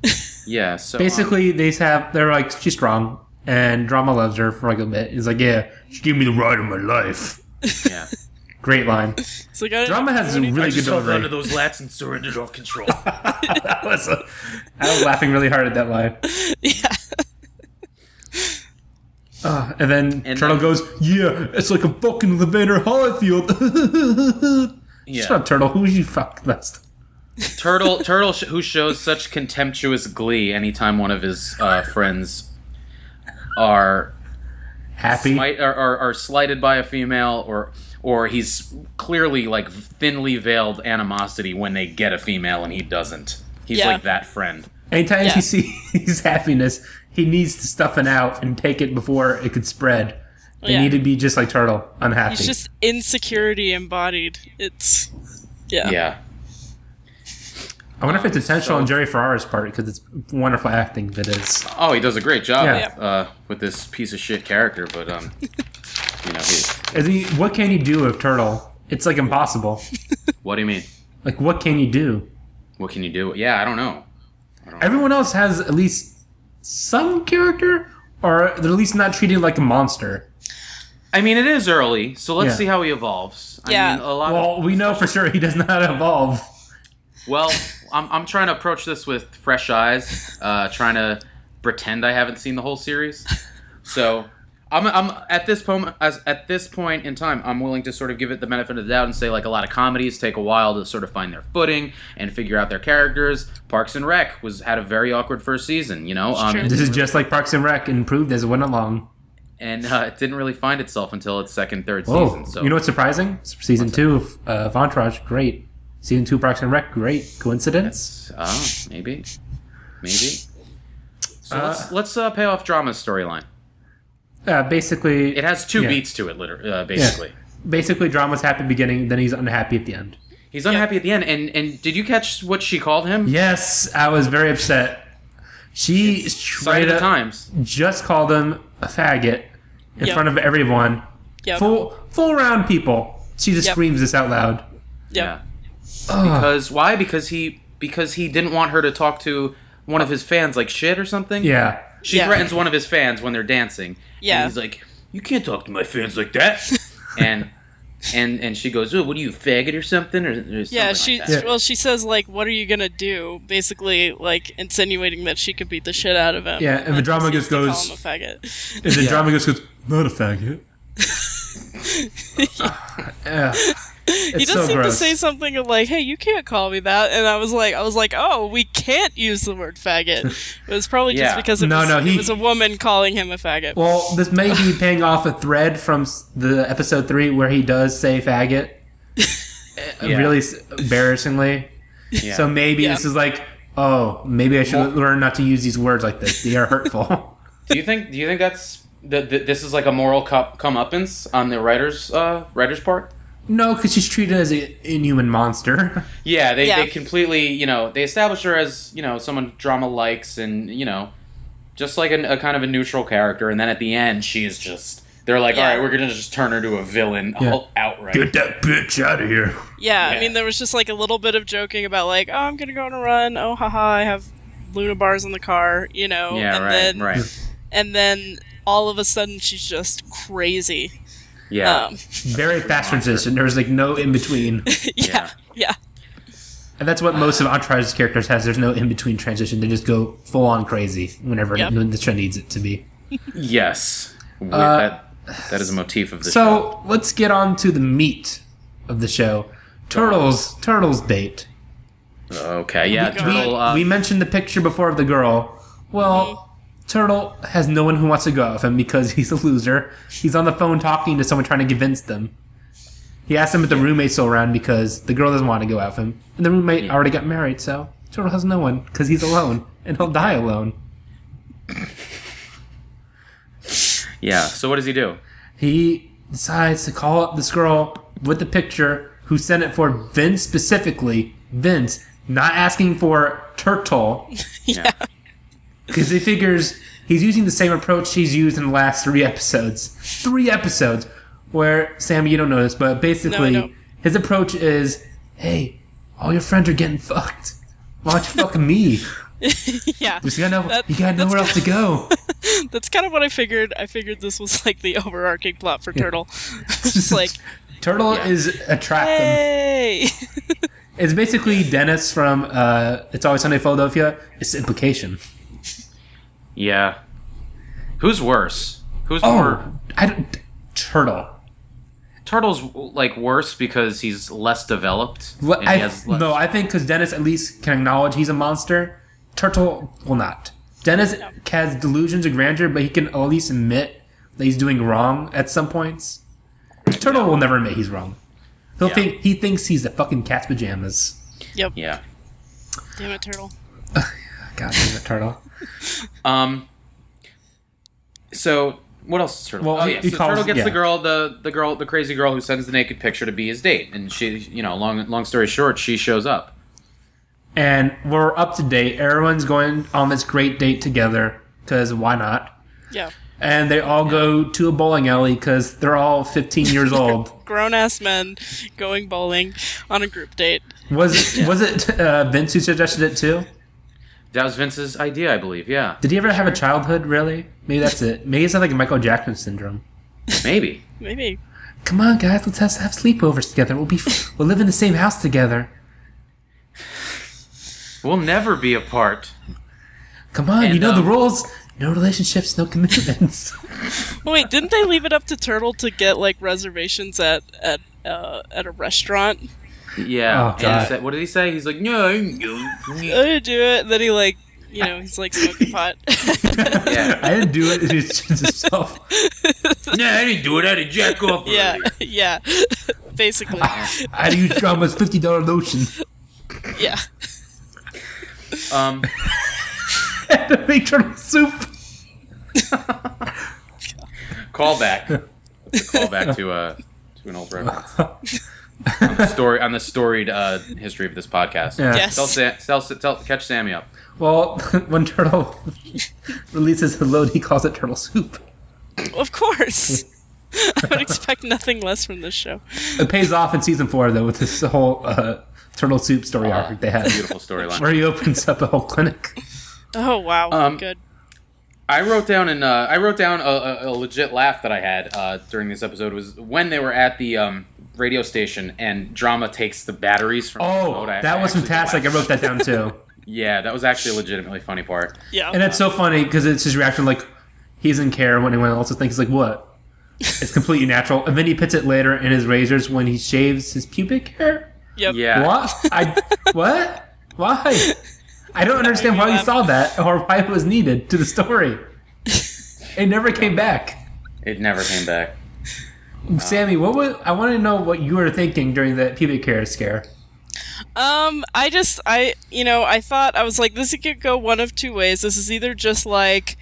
[SPEAKER 2] Yeah, so. um,
[SPEAKER 1] Basically, they have they're like she's strong, and drama loves her for like a bit. He's like, yeah, she gave me the ride of my life.
[SPEAKER 2] um, yeah.
[SPEAKER 1] Great line.
[SPEAKER 3] So like, I didn't
[SPEAKER 1] Drama has
[SPEAKER 3] do
[SPEAKER 1] a
[SPEAKER 3] anything-
[SPEAKER 1] really good delivery.
[SPEAKER 2] those lats and surrendered all control.
[SPEAKER 1] That was a- I was laughing really hard at that line.
[SPEAKER 3] Yeah.
[SPEAKER 1] Uh, and then
[SPEAKER 2] And
[SPEAKER 1] Turtle
[SPEAKER 2] then-
[SPEAKER 1] goes, yeah, it's like a fucking Levander Holyfield.
[SPEAKER 2] Yeah.
[SPEAKER 1] Shut up, Turtle. Who you fuck? That's
[SPEAKER 2] Turtle, Turtle, sh- who shows such contemptuous glee anytime one of his uh, friends are
[SPEAKER 1] happy.
[SPEAKER 2] might are, are, are slighted by a female or or he's clearly like thinly veiled animosity when they get a female and he doesn't he's
[SPEAKER 3] Yeah.
[SPEAKER 2] like that friend
[SPEAKER 1] Anytime
[SPEAKER 3] Yeah.
[SPEAKER 1] he sees happiness, he needs to stuff it out and take it before it could spread. They
[SPEAKER 3] Yeah.
[SPEAKER 1] need to be just like Turtle, unhappy.
[SPEAKER 3] It's just insecurity embodied. It's yeah.
[SPEAKER 2] yeah
[SPEAKER 1] I wonder if it's intentional
[SPEAKER 2] So-
[SPEAKER 1] on Jerry Ferrara's part because it's wonderful acting that is.
[SPEAKER 2] oh he does a great job
[SPEAKER 1] Yeah.
[SPEAKER 2] with, uh, with this piece of shit character but um you know he,
[SPEAKER 1] Is he, what can you do with Turtle? It's like impossible.
[SPEAKER 2] what do you mean
[SPEAKER 1] like, what can you do?
[SPEAKER 2] what can you do yeah i don't know
[SPEAKER 1] Everyone else has at least some character, or they're at least not treated like a monster.
[SPEAKER 2] i mean it is early so let's
[SPEAKER 1] Yeah.
[SPEAKER 2] see how he evolves I
[SPEAKER 3] Yeah.
[SPEAKER 2] mean, a lot
[SPEAKER 1] Well,
[SPEAKER 2] of,
[SPEAKER 1] we know for sure he does not evolve.
[SPEAKER 2] well I'm, I'm trying to approach this with fresh eyes uh, trying to pretend i haven't seen the whole series so I'm, I'm at this point as at this point in time i'm willing to sort of give it the benefit of the doubt and say like a lot of comedies take a while to sort of find their footing and figure out their characters parks and rec was had a very awkward first season you know um,
[SPEAKER 3] true.
[SPEAKER 1] This is just like Parks and Rec, improved as it went along.
[SPEAKER 2] and uh, it didn't really find itself until its second third
[SPEAKER 1] Oh,
[SPEAKER 2] season so
[SPEAKER 1] you know what's surprising? Season two of uh, of Entourage, great. Season two, Parks and Rec, great. Coincidence?
[SPEAKER 2] oh maybe maybe so let's let's uh, pay off drama's storyline
[SPEAKER 1] Uh, basically,
[SPEAKER 2] It has two
[SPEAKER 1] Yeah.
[SPEAKER 2] beats to it, literally, uh, basically.
[SPEAKER 1] basically drama's happy beginning, then he's unhappy at the end.
[SPEAKER 2] He's unhappy at the end, and and did you catch what she called him?
[SPEAKER 1] Yes, I was very upset. She
[SPEAKER 2] Sign
[SPEAKER 1] straight
[SPEAKER 2] of the
[SPEAKER 1] up
[SPEAKER 2] Times.
[SPEAKER 1] just called him a faggot in
[SPEAKER 3] Yep.
[SPEAKER 1] front of everyone,
[SPEAKER 3] Yep.
[SPEAKER 1] full full round people. She just
[SPEAKER 3] Yep.
[SPEAKER 1] screams this out loud.
[SPEAKER 2] Yeah.
[SPEAKER 3] Yep.
[SPEAKER 1] Ugh.
[SPEAKER 2] Because why? Because he because he didn't want her to talk to one of his fans like shit or something.
[SPEAKER 1] yeah,
[SPEAKER 2] She
[SPEAKER 3] Yeah.
[SPEAKER 2] threatens one of his fans when they're dancing.
[SPEAKER 3] Yeah.
[SPEAKER 2] And he's like, "You can't talk to my fans like that." and and and she goes, "Oh, what are you, a faggot or something?" Or, or something
[SPEAKER 3] Yeah,
[SPEAKER 2] like
[SPEAKER 3] she
[SPEAKER 2] that.
[SPEAKER 1] Yeah.
[SPEAKER 3] well, she says like, "What are you gonna do?" Basically, like insinuating that she could beat the shit out of him.
[SPEAKER 1] Yeah, and the
[SPEAKER 3] then
[SPEAKER 1] drama just
[SPEAKER 3] proceeds to
[SPEAKER 1] goes-
[SPEAKER 3] Call him a faggot.
[SPEAKER 1] and the drama just goes, "Not a faggot." Ugh.
[SPEAKER 3] he
[SPEAKER 1] It's
[SPEAKER 3] does
[SPEAKER 1] so
[SPEAKER 3] seem
[SPEAKER 1] gross.
[SPEAKER 3] to say something of like, "Hey, you can't call me that," and I was like, "I was like, oh, we can't use the word faggot." It was probably
[SPEAKER 2] Yeah.
[SPEAKER 3] just because it,
[SPEAKER 1] No,
[SPEAKER 3] was,
[SPEAKER 1] no, he-
[SPEAKER 3] it was a woman calling him a faggot.
[SPEAKER 1] Well, this may be paying off a thread from s- the episode three where he does say faggot uh,
[SPEAKER 2] Yeah.
[SPEAKER 1] really s- embarrassingly.
[SPEAKER 2] Yeah.
[SPEAKER 1] So maybe
[SPEAKER 3] Yeah.
[SPEAKER 1] this is like, oh, maybe I should
[SPEAKER 2] Well-
[SPEAKER 1] learn not to use these words like this. They are hurtful.
[SPEAKER 2] do you think do you think that's that that this is like a moral cup comeuppance on the writers uh writers part?
[SPEAKER 1] no, because she's treated as an inhuman monster.
[SPEAKER 2] Yeah, they,
[SPEAKER 3] Yeah.
[SPEAKER 2] they completely, you know, they establish her as, you know, someone drama likes and, you know, just like a, a kind of a neutral character. And then at the end, she is just, they're like,
[SPEAKER 3] Yeah.
[SPEAKER 2] all right, we're going to just turn her to a villain
[SPEAKER 1] Yeah.
[SPEAKER 2] all- outright.
[SPEAKER 1] Get that bitch out of here.
[SPEAKER 3] yeah,
[SPEAKER 2] yeah.
[SPEAKER 3] I mean, there was just like a little bit of joking about like, "Oh, I'm gonna go on a run." Oh, haha, I have Luna bars in the car, you know.
[SPEAKER 2] Yeah,
[SPEAKER 3] and
[SPEAKER 2] right,
[SPEAKER 3] then,
[SPEAKER 2] right.
[SPEAKER 3] And then all of a sudden, she's just crazy.
[SPEAKER 2] Yeah.
[SPEAKER 3] Um,
[SPEAKER 1] Very fast transition. There's like no in between.
[SPEAKER 3] yeah, yeah,
[SPEAKER 1] And that's what most of Entourage's characters has. There's no in between transition. They just go full on crazy whenever
[SPEAKER 3] Yep.
[SPEAKER 1] when the show needs it to be.
[SPEAKER 2] yes. We-
[SPEAKER 1] Uh,
[SPEAKER 2] that, that is a motif of the show.
[SPEAKER 1] So let's get on to the meat of the show. Turtles, turtles date.
[SPEAKER 2] Okay, yeah.
[SPEAKER 3] We-
[SPEAKER 2] Turtle, uh,
[SPEAKER 1] we mentioned the picture before of the girl. Well, Turtle has no one who wants to go out with him because he's a loser. He's on the phone talking to someone trying to convince them. He asked him if the roommate's still around because the girl doesn't want to go out with him, and the roommate already got married. So Turtle has no one because he's alone, and he'll die alone.
[SPEAKER 2] yeah. So what does he do?
[SPEAKER 1] he decides to call up this girl with the picture who sent it for Vince specifically. Vince, not asking for Turtle.
[SPEAKER 3] yeah,
[SPEAKER 1] Because he figures he's using the same approach he's used in the last three episodes. Three episodes where, Sam, you don't know this, but basically
[SPEAKER 3] No, I don't.
[SPEAKER 1] his approach is hey, all your friends are getting fucked. Why don't you fuck me?
[SPEAKER 3] yeah.
[SPEAKER 1] You gotta know,
[SPEAKER 3] That-
[SPEAKER 1] you gotta know
[SPEAKER 3] that's
[SPEAKER 1] where else to go.
[SPEAKER 3] That's kind of what I figured. I figured this was like the overarching plot for Turtle. It's just like,
[SPEAKER 1] Turtle is attractive.
[SPEAKER 3] hey,
[SPEAKER 1] It's basically Dennis from uh, It's Always Sunny in Philadelphia. It's implication.
[SPEAKER 2] Yeah. Who's worse? Who's more.
[SPEAKER 1] Oh, I don't, turtle.
[SPEAKER 2] Turtle's like worse because he's less developed.
[SPEAKER 1] What-
[SPEAKER 2] and he
[SPEAKER 1] I,
[SPEAKER 2] has less-
[SPEAKER 1] no, I think because Dennis at least can acknowledge he's a monster. Turtle will not. Dennis has delusions of grandeur, but he can at least admit that he's doing wrong at some points. Turtle will never admit he's wrong. He'll
[SPEAKER 2] Yeah.
[SPEAKER 1] think he thinks he's the fucking cat's pajamas.
[SPEAKER 3] yep,
[SPEAKER 2] yeah.
[SPEAKER 3] damn it, Turtle.
[SPEAKER 1] God damn it, Turtle.
[SPEAKER 2] Um. So what else? Is Turtle?
[SPEAKER 1] Well,
[SPEAKER 2] oh
[SPEAKER 1] he-
[SPEAKER 2] yeah.
[SPEAKER 1] he
[SPEAKER 2] So
[SPEAKER 1] calls-
[SPEAKER 2] Turtle gets the
[SPEAKER 1] yeah.
[SPEAKER 2] girl, the the girl, the crazy girl who sends the naked picture to be his date, and she, you know, long long story short, she shows up.
[SPEAKER 1] and we're up to date. Everyone's going on this great date together because why not?
[SPEAKER 3] Yeah,
[SPEAKER 1] and they all go to a bowling alley because they're all 15 years old.
[SPEAKER 3] grown ass men going bowling on a group date.
[SPEAKER 1] Was was it uh, Vince who suggested it too?
[SPEAKER 2] That was Vince's idea, I believe. Yeah,
[SPEAKER 1] Did he ever have a childhood? Really? Maybe that's it. Maybe it's not like Michael Jackson syndrome.
[SPEAKER 2] maybe.
[SPEAKER 3] Maybe.
[SPEAKER 1] Come on, guys, let's have, have sleepovers together. We'll be f- we'll live in the same house together.
[SPEAKER 2] We'll never be apart.
[SPEAKER 1] Come on, you
[SPEAKER 2] And,
[SPEAKER 1] know the
[SPEAKER 2] um,
[SPEAKER 1] rules. No relationships, no commitments.
[SPEAKER 3] Well, wait, didn't they leave it up to Turtle to get like reservations at at uh, at a restaurant?
[SPEAKER 2] Yeah.
[SPEAKER 1] Oh,
[SPEAKER 2] And he
[SPEAKER 1] God.
[SPEAKER 2] said- what did he say? He's like, no. yeah.
[SPEAKER 3] I didn't do it. And then he like, you know, he's like smoking pot.
[SPEAKER 1] I didn't do it. It's just himself.
[SPEAKER 2] No, I didn't do it. I had to jack off.
[SPEAKER 3] yeah,
[SPEAKER 2] early."
[SPEAKER 3] yeah. Basically,
[SPEAKER 1] I used drama's fifty dollar lotion
[SPEAKER 3] yeah.
[SPEAKER 2] Um.
[SPEAKER 1] to make turtle soup.
[SPEAKER 2] Callback. It's a callback to uh to an old reference. on the story on the storied uh, history of this podcast.
[SPEAKER 1] Yeah.
[SPEAKER 3] Yes.
[SPEAKER 2] Tell, Sam, tell, tell catch Sammy up.
[SPEAKER 1] Well, when turtle releases his load, he calls it turtle soup.
[SPEAKER 3] Of course. I would expect nothing less from this show.
[SPEAKER 1] It pays off in season four though with this whole uh, turtle soup story
[SPEAKER 2] Uh,
[SPEAKER 1] arc they had,
[SPEAKER 2] Beautiful storyline.
[SPEAKER 1] where he opens up a whole clinic.
[SPEAKER 3] Oh wow,
[SPEAKER 2] Um,
[SPEAKER 3] good.
[SPEAKER 2] I wrote down and uh, I wrote down a, a, a legit laugh that I had uh, during this episode was when they were at the um, radio station and drama takes the batteries from. the
[SPEAKER 1] Oh,
[SPEAKER 2] remote. I-
[SPEAKER 1] that
[SPEAKER 2] I
[SPEAKER 1] was
[SPEAKER 2] actually
[SPEAKER 1] fantastic! I
[SPEAKER 2] laughed.
[SPEAKER 1] wrote that down too,
[SPEAKER 2] Yeah, that was actually a legitimately funny part.
[SPEAKER 3] Yeah.
[SPEAKER 1] and it's so funny because it's his reaction like he doesn't care what anyone else thinks. Like what? It's completely natural. And then he puts it later in his razors when he shaves his pubic hair.
[SPEAKER 3] Yep.
[SPEAKER 2] Yeah.
[SPEAKER 1] What? I what? Why? I don't understand why you saw that or why it was needed to the story. It never came back.
[SPEAKER 2] It never came back.
[SPEAKER 1] Sammy, what was I want to know what you were thinking during that pubic hair scare.
[SPEAKER 3] Um, I just, I, you know, I thought I was like, this could go one of two ways. This is either just like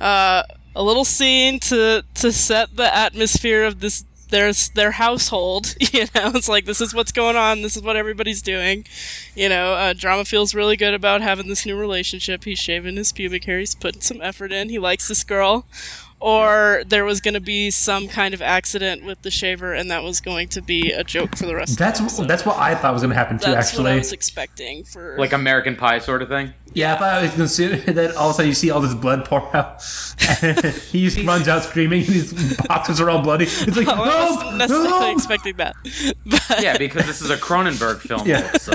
[SPEAKER 3] uh, a little scene to to set the atmosphere of this their their household. You know, it's like this is what's going on. This is what everybody's doing. You know, uh, drama feels really good about having this new relationship. He's shaving his pubic hair. He's putting some effort in. He likes this girl. Or there was going to be some kind of accident with the shaver, and that was going to be a joke for the rest. of
[SPEAKER 1] That's that's what I thought was going to happen too.
[SPEAKER 3] that's
[SPEAKER 1] actually,
[SPEAKER 3] what I was expecting for.
[SPEAKER 2] Like American Pie sort of thing.
[SPEAKER 1] Yeah, I thought I was gonna see that all of a sudden you see all this blood pour out. he just runs out screaming, and his boxes are all bloody. It's like,
[SPEAKER 3] I wasn't
[SPEAKER 1] no,
[SPEAKER 3] necessarily
[SPEAKER 1] no!
[SPEAKER 3] expecting that. But
[SPEAKER 2] Yeah, because this is a Cronenberg film.
[SPEAKER 1] Yeah.
[SPEAKER 2] So.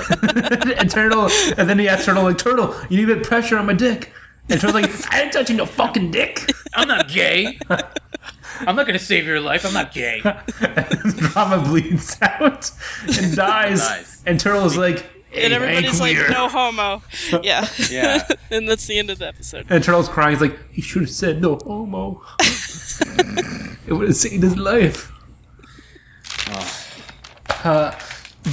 [SPEAKER 1] and Turtle, and then he asks Turtle, like, Turtle, you need to put pressure on my dick. And Turtle's like, I ain't touching no fucking dick.
[SPEAKER 2] I'm not gay. I'm not gonna save your life. I'm not gay.
[SPEAKER 1] And Drama bleeds out and dies.
[SPEAKER 2] Nice.
[SPEAKER 1] And Turtle's like, hey,
[SPEAKER 3] and
[SPEAKER 1] I ain't
[SPEAKER 3] everybody's like,
[SPEAKER 1] queer."
[SPEAKER 3] no homo. Yeah.
[SPEAKER 2] Yeah.
[SPEAKER 3] and that's the end of the episode.
[SPEAKER 1] And Turtle's crying. He's like, he should have said no homo. it would have saved his life.
[SPEAKER 2] Ah.
[SPEAKER 1] Uh,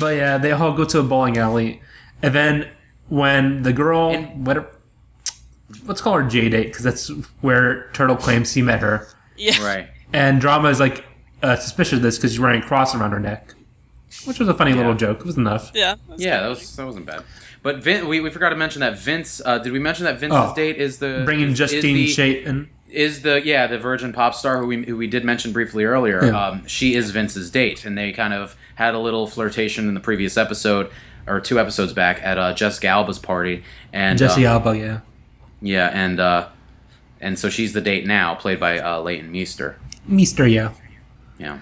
[SPEAKER 1] but yeah, they all go to a bowling alley. And then when the girl,
[SPEAKER 2] And-
[SPEAKER 1] what, let's call her J Date, because that's where Turtle claims he met her.
[SPEAKER 3] Yeah.
[SPEAKER 2] Right.
[SPEAKER 1] And Drama is like uh, suspicious of this because she's wearing a cross around her neck, which was a funny little joke. It was enough.
[SPEAKER 3] Yeah. that's
[SPEAKER 2] Yeah, that
[SPEAKER 3] kinda
[SPEAKER 2] was that wasn't bad. But Vin, we, we forgot to mention that Vince. Uh, did we mention that Vince's
[SPEAKER 1] Oh.
[SPEAKER 2] date is the
[SPEAKER 1] Bringing
[SPEAKER 2] is,
[SPEAKER 1] Justine
[SPEAKER 2] is the,
[SPEAKER 1] Chaitin.
[SPEAKER 2] is the yeah the virgin pop star who we who we did mention briefly earlier.
[SPEAKER 1] Yeah.
[SPEAKER 2] Um, she is Vince's date, and they kind of had a little flirtation in the previous episode or two episodes back at uh, Jessica Alba's party, and
[SPEAKER 1] Jesse
[SPEAKER 2] uh,
[SPEAKER 1] Alba, yeah.
[SPEAKER 2] yeah, and uh, and so she's the date now, played by uh, Leighton Meester.
[SPEAKER 1] Meester, yeah.
[SPEAKER 2] Yeah.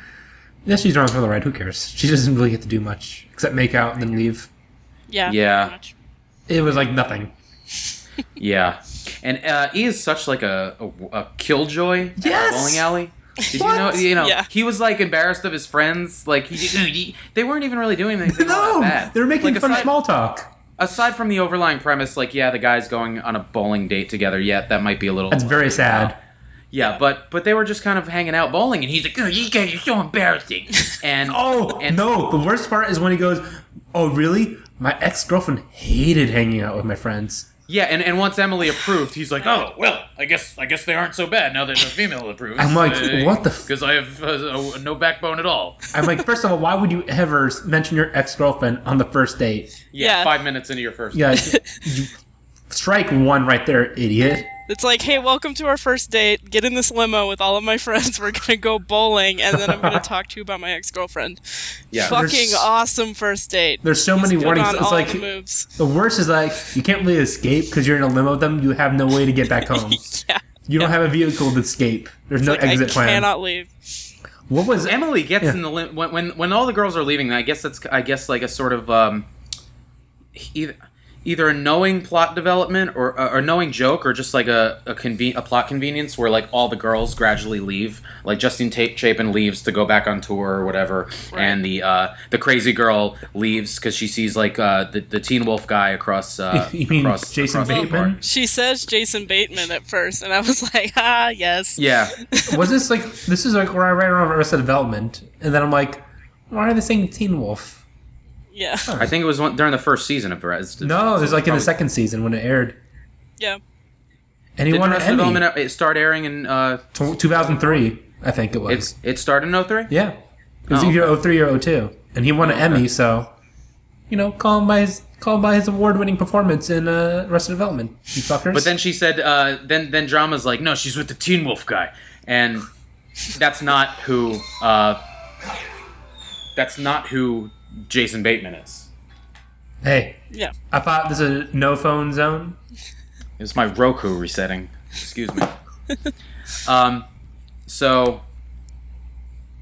[SPEAKER 1] Yeah, she's wrong for the ride. Who cares? She doesn't really get to do much except make out and then leave.
[SPEAKER 3] Yeah.
[SPEAKER 2] Yeah.
[SPEAKER 3] pretty much.
[SPEAKER 1] It was like nothing.
[SPEAKER 2] Yeah, and uh, he is such like a a, a killjoy at a
[SPEAKER 1] Yes!
[SPEAKER 2] bowling alley. Did you
[SPEAKER 1] What?
[SPEAKER 2] know? You know,
[SPEAKER 3] Yeah.
[SPEAKER 2] he was like embarrassed of his friends. Like he, he- they weren't even really doing anything. all
[SPEAKER 1] No,
[SPEAKER 2] that bad.
[SPEAKER 1] they're making
[SPEAKER 2] Like,
[SPEAKER 1] fun
[SPEAKER 2] aside-
[SPEAKER 1] of small talk.
[SPEAKER 2] Aside from the overlying premise, like yeah, the guys going on a bowling date together. Yeah, that might be a little.
[SPEAKER 1] That's very sad.
[SPEAKER 2] Yeah, but but they were just kind of hanging out bowling, and he's like, "Oh, "You guys are so embarrassing." And
[SPEAKER 1] Oh
[SPEAKER 2] and,
[SPEAKER 1] no! The worst part is when he goes, "Oh really? My ex girlfriend hated hanging out with my friends."
[SPEAKER 2] yeah, and, and once Emily approved, he's like, "Oh well, I guess I guess they aren't so bad now that they're female approved."
[SPEAKER 1] I'm like, what the f-
[SPEAKER 2] Because I have uh, no backbone at all.
[SPEAKER 1] I'm like, first of all, why would you ever mention your ex girlfriend on the first date?
[SPEAKER 2] Yeah,
[SPEAKER 3] Yeah.
[SPEAKER 2] five minutes into your first.
[SPEAKER 1] Yeah, you- strike one right there, idiot.
[SPEAKER 3] It's like, hey, welcome to our first date. Get in this limo with all of my friends. We're gonna go bowling, and then I'm gonna talk to you about my ex girlfriend.
[SPEAKER 2] Yeah.
[SPEAKER 3] Fucking
[SPEAKER 1] There's-
[SPEAKER 3] awesome first date.
[SPEAKER 1] There's so many
[SPEAKER 3] Good
[SPEAKER 1] warnings.
[SPEAKER 3] on
[SPEAKER 1] It's
[SPEAKER 3] all
[SPEAKER 1] like
[SPEAKER 3] the moves.
[SPEAKER 1] the worst is like you can't really escape because you're in a limo with them. You have no way to get back home.
[SPEAKER 3] Yeah.
[SPEAKER 1] You don't have a vehicle to escape. There's no
[SPEAKER 3] Like, I
[SPEAKER 1] exit plan.
[SPEAKER 3] cannot leave.
[SPEAKER 1] What was
[SPEAKER 2] Emily gets in the li- when, when when all the girls are leaving. I guess that's I guess like a sort of um, e-, either either a knowing plot development or or knowing joke or just like a a, conven- a plot convenience where like all the girls gradually leave. Like Justine Ta- Chapin leaves to go back on tour or whatever, and the uh, the crazy girl leaves because she sees like uh, the the Teen Wolf guy across uh,
[SPEAKER 1] You mean
[SPEAKER 2] across
[SPEAKER 1] Jason
[SPEAKER 2] across the
[SPEAKER 1] Bateman?
[SPEAKER 2] park.
[SPEAKER 3] She says Jason Bateman at first, and I was like, ah, yes.
[SPEAKER 2] Yeah,
[SPEAKER 1] was this like this is like where I ran around Arrested Development, and then I'm like, why are they saying Teen Wolf?
[SPEAKER 3] Yeah.
[SPEAKER 2] I think it was one, during the first season of Arrested.
[SPEAKER 1] No, it was like in the
[SPEAKER 2] Probably-
[SPEAKER 1] second season when it aired,
[SPEAKER 3] Yeah.
[SPEAKER 1] and he
[SPEAKER 2] Didn't
[SPEAKER 1] won an
[SPEAKER 2] Arrested
[SPEAKER 1] Emmy.
[SPEAKER 2] Development uh, it start airing in uh,
[SPEAKER 1] Tw 2003, I think it was.
[SPEAKER 2] it's it started in 03?
[SPEAKER 1] yeah, it was
[SPEAKER 2] Oh,
[SPEAKER 1] either 03 or 02, and he won an Emmy. So, you know, call him by his call him by his award-winning performance in uh, Arrested Development, you fuckers.
[SPEAKER 2] But then she said uh, then then drama's like no she's with the Teen Wolf guy and that's not who uh, that's not who Jason Bateman is.
[SPEAKER 1] hey,
[SPEAKER 3] Yeah.
[SPEAKER 1] I thought this is a no phone zone.
[SPEAKER 2] It was my Roku resetting. Excuse me. um, so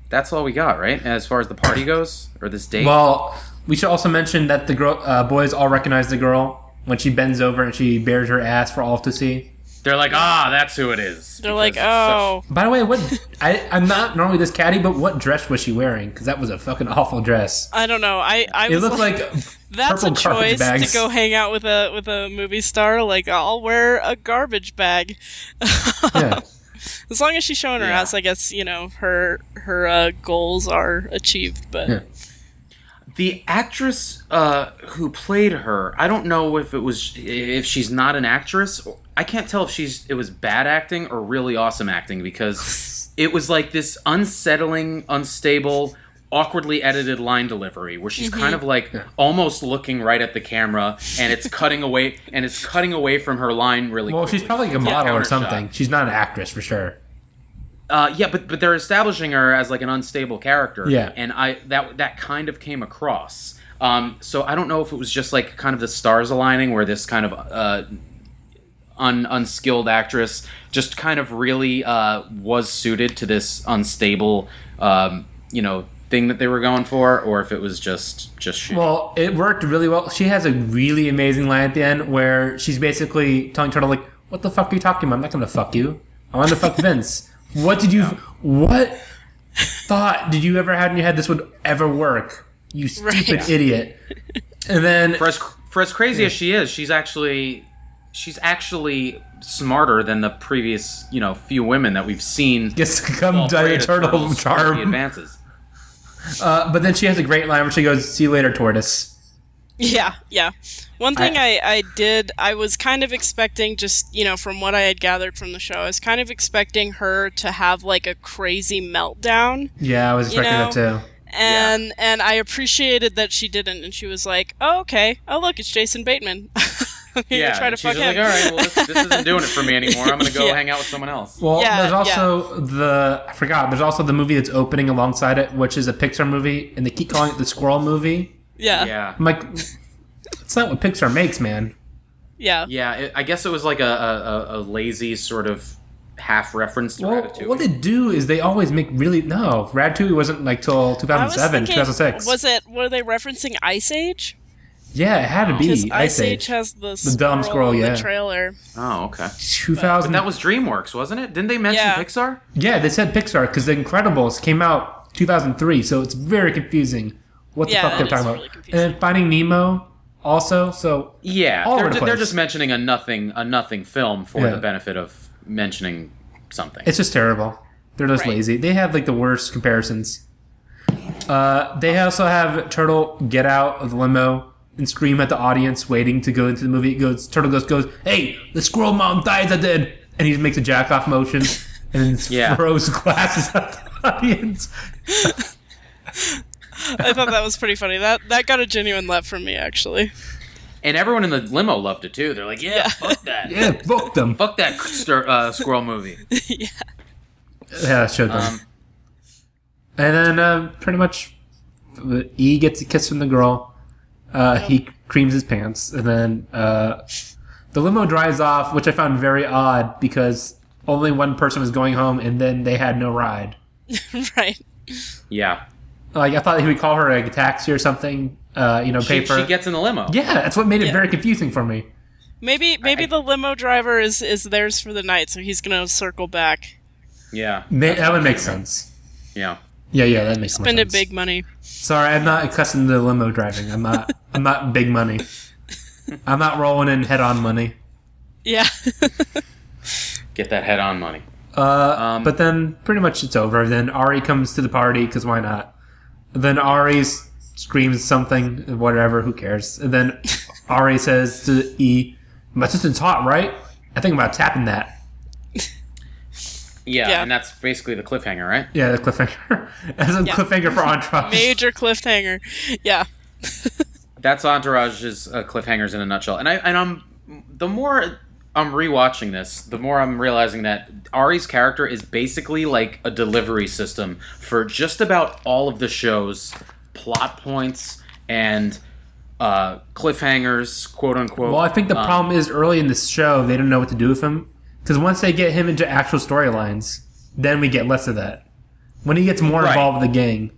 [SPEAKER 2] that's all we got right as far as the party goes or this date.
[SPEAKER 1] Well, we should also mention that the girl uh, boys all recognize the girl when she bends over and she bares her ass for all to see.
[SPEAKER 2] They're like, ah, that's who it is.
[SPEAKER 3] They're
[SPEAKER 2] because
[SPEAKER 3] like,
[SPEAKER 2] it's
[SPEAKER 3] oh,
[SPEAKER 1] By the way, what I, I'm not normally this catty, but what dress was she wearing? Because that was a fucking awful dress.
[SPEAKER 3] I don't know. I, I
[SPEAKER 1] It
[SPEAKER 3] was
[SPEAKER 1] looked like
[SPEAKER 3] that's a
[SPEAKER 1] purple garbage
[SPEAKER 3] choice
[SPEAKER 1] bags.
[SPEAKER 3] to go hang out with a with a movie star. Like I'll wear a garbage bag,
[SPEAKER 1] yeah.
[SPEAKER 3] as long as she's showing her
[SPEAKER 2] Yeah.
[SPEAKER 3] ass. I guess you know her her uh, goals are achieved. But
[SPEAKER 1] Yeah.
[SPEAKER 2] such- the actress uh, who played her, I don't know if it was if she's not an actress. or- I can't tell if she's it was bad acting or really awesome acting because it was like this unsettling, unstable, awkwardly edited line delivery where she's kind of like almost looking right at the camera and it's cutting away and it's cutting away from her line really
[SPEAKER 1] Well,
[SPEAKER 2] quickly.
[SPEAKER 1] she's probably like a
[SPEAKER 2] Yeah,
[SPEAKER 1] model or
[SPEAKER 2] counter shot.
[SPEAKER 1] something. She's not an actress for sure.
[SPEAKER 2] Uh, yeah, but but they're establishing her as like an unstable character.
[SPEAKER 1] Yeah.
[SPEAKER 2] and I that that kind of came across. Um, so I don't know if it was just like kind of the stars aligning, where this kind of uh, un, unskilled actress just kind of really uh, was suited to this unstable, um, you know, thing that they were going for, or if it was just just shooting.
[SPEAKER 1] Well, it worked really well. She has a really amazing line at the end where she's basically telling Turtle like, "What the fuck are you talking about? I'm not gonna fuck you. I want to fuck Vince. What did you? What thought did you ever have in your head this would ever work? You stupid
[SPEAKER 3] Right.
[SPEAKER 1] idiot." And then
[SPEAKER 2] for as for as crazy as she is, she's actually she's actually smarter than the previous you know few women that we've seen.
[SPEAKER 1] gets to come die a
[SPEAKER 2] Afraid of
[SPEAKER 1] turtle
[SPEAKER 2] turtles, He
[SPEAKER 1] charm.
[SPEAKER 2] advances.
[SPEAKER 1] Uh, but then she has a great line where she goes, "See you later, tortoise."
[SPEAKER 3] Yeah, yeah. One thing I, I, did, I was kind of expecting, just, you know, from what I had gathered from the show, I was kind of expecting her to have like a crazy meltdown.
[SPEAKER 1] Yeah, I was
[SPEAKER 3] You
[SPEAKER 1] expecting that too.
[SPEAKER 3] And and I appreciated that she didn't. And she was like, oh, okay. Oh, look, it's Jason Bateman. I'm here to try to
[SPEAKER 2] she's
[SPEAKER 3] fuck
[SPEAKER 2] just like,
[SPEAKER 3] him.
[SPEAKER 2] all right, well, this, this isn't doing it for me anymore. I'm gonna go
[SPEAKER 3] Yeah.
[SPEAKER 2] hang out with someone else.
[SPEAKER 1] Well,
[SPEAKER 3] Yeah,
[SPEAKER 1] there's
[SPEAKER 3] yeah.
[SPEAKER 1] also the I forgot. There's also the movie that's opening alongside it, which is a Pixar movie, and they keep calling it the Squirrel movie.
[SPEAKER 3] yeah, yeah.
[SPEAKER 2] Yeah,
[SPEAKER 1] I'm like, that's not what Pixar makes, man.
[SPEAKER 3] Yeah.
[SPEAKER 2] yeah. It, I guess it was like a, a, a- a lazy sort of half reference to
[SPEAKER 1] Well,
[SPEAKER 2] Ratatouille.
[SPEAKER 1] what they do is they always make really no. Ratatouille wasn't like till
[SPEAKER 3] I was
[SPEAKER 1] 2007,
[SPEAKER 3] thinking,
[SPEAKER 1] 2006.
[SPEAKER 3] was it, were they referencing Ice Age?
[SPEAKER 1] yeah, it had to
[SPEAKER 3] Because
[SPEAKER 1] be
[SPEAKER 3] Ice
[SPEAKER 1] Ice
[SPEAKER 3] Age
[SPEAKER 1] Age.
[SPEAKER 3] has the,
[SPEAKER 1] dumb squirrel,
[SPEAKER 3] in
[SPEAKER 1] yeah.
[SPEAKER 3] the trailer.
[SPEAKER 2] oh, okay.
[SPEAKER 1] 2000.
[SPEAKER 2] And that was DreamWorks, wasn't it? Didn't they mention
[SPEAKER 3] Yeah.
[SPEAKER 2] Pixar?
[SPEAKER 1] yeah, they said Pixar because The Incredibles came out 2003, so it's very confusing what the
[SPEAKER 3] Yeah,
[SPEAKER 1] fuck
[SPEAKER 3] that
[SPEAKER 1] they're
[SPEAKER 3] is
[SPEAKER 1] talking
[SPEAKER 3] really
[SPEAKER 1] about.
[SPEAKER 3] confusing.
[SPEAKER 1] And Finding Nemo also. So
[SPEAKER 2] Yeah,
[SPEAKER 1] All
[SPEAKER 2] they're,
[SPEAKER 1] over the
[SPEAKER 2] ju- they're
[SPEAKER 1] place.
[SPEAKER 2] just mentioning a nothing a nothing film for
[SPEAKER 1] Yeah.
[SPEAKER 2] the benefit of mentioning something.
[SPEAKER 1] It's just terrible. They're just
[SPEAKER 3] Right.
[SPEAKER 1] lazy. They have like the worst comparisons. Uh, they also have Turtle get out of the limo and scream at the audience waiting to go into the movie. It goes Turtle goes goes, Hey, the squirrel mom dies I did and he makes a jack off motion and then
[SPEAKER 2] Yeah.
[SPEAKER 1] throws glasses at the audience.
[SPEAKER 3] I thought that was pretty funny. That that got a genuine laugh from me, actually.
[SPEAKER 2] and everyone in the limo loved it too. They're like, yeah, fuck that.
[SPEAKER 1] Yeah, book them.
[SPEAKER 2] Fuck that stir, uh, squirrel movie.
[SPEAKER 3] yeah.
[SPEAKER 1] Yeah, show them.
[SPEAKER 2] Um,
[SPEAKER 1] and then uh, pretty much uh, E gets a kiss from the girl. Uh, He creams his pants, and then uh, the limo drives off, which I found very odd because only one person was going home, and then they had no ride.
[SPEAKER 3] right.
[SPEAKER 2] yeah.
[SPEAKER 1] Like I thought he would call her a taxi or something, uh, you know, pay
[SPEAKER 2] She,
[SPEAKER 1] for.
[SPEAKER 2] she gets in the limo.
[SPEAKER 1] yeah, that's what made it
[SPEAKER 3] Yeah.
[SPEAKER 1] very confusing for me.
[SPEAKER 3] Maybe maybe
[SPEAKER 2] I-
[SPEAKER 3] the limo driver is is theirs for the night, so he's gonna circle back.
[SPEAKER 2] Yeah.
[SPEAKER 1] Ma- that would make sense.
[SPEAKER 2] Yeah.
[SPEAKER 1] Yeah, yeah, that makes
[SPEAKER 3] Spend
[SPEAKER 1] more
[SPEAKER 3] it
[SPEAKER 1] sense.
[SPEAKER 3] big money.
[SPEAKER 1] Sorry, I'm not accustomed to limo driving. I'm not. I'm not big money. I'm not rolling in head-on money.
[SPEAKER 3] Yeah.
[SPEAKER 2] Get that head on money.
[SPEAKER 1] Uh,
[SPEAKER 2] Um,
[SPEAKER 1] but then pretty much it's over. Then Ari comes to the party because why not? Then Ari s- screams something, whatever, who cares? And then Ari says to E, "My system's hot, right? I think I'm about tapping that."
[SPEAKER 2] Yeah,
[SPEAKER 3] Yeah.
[SPEAKER 2] and that's basically the cliffhanger, right?
[SPEAKER 1] Yeah, the cliffhanger. That's a
[SPEAKER 3] Yeah.
[SPEAKER 1] cliffhanger for Entourage.
[SPEAKER 3] Major cliffhanger. Yeah.
[SPEAKER 2] That's Entourage's uh, cliffhangers in a nutshell. And I and I'm the more I'm rewatching this, the more I'm realizing that Ari's character is basically like a delivery system for just about all of the show's plot points and uh, cliffhangers, quote unquote.
[SPEAKER 1] Well, I think the
[SPEAKER 2] Um,
[SPEAKER 1] problem is early in the show they don't know what to do with him because once they get him into actual storylines, then we get less of that. When he gets more
[SPEAKER 2] Right.
[SPEAKER 1] involved with the gang,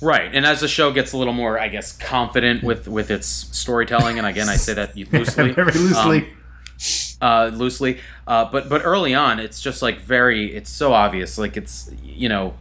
[SPEAKER 2] Right, and as the show gets a little more, I guess, confident with with its storytelling, and again, I say that loosely.
[SPEAKER 1] very
[SPEAKER 2] um,
[SPEAKER 1] loosely.
[SPEAKER 2] uh, loosely. Uh, but but early on, it's just like very. It's so obvious. Like it's you know,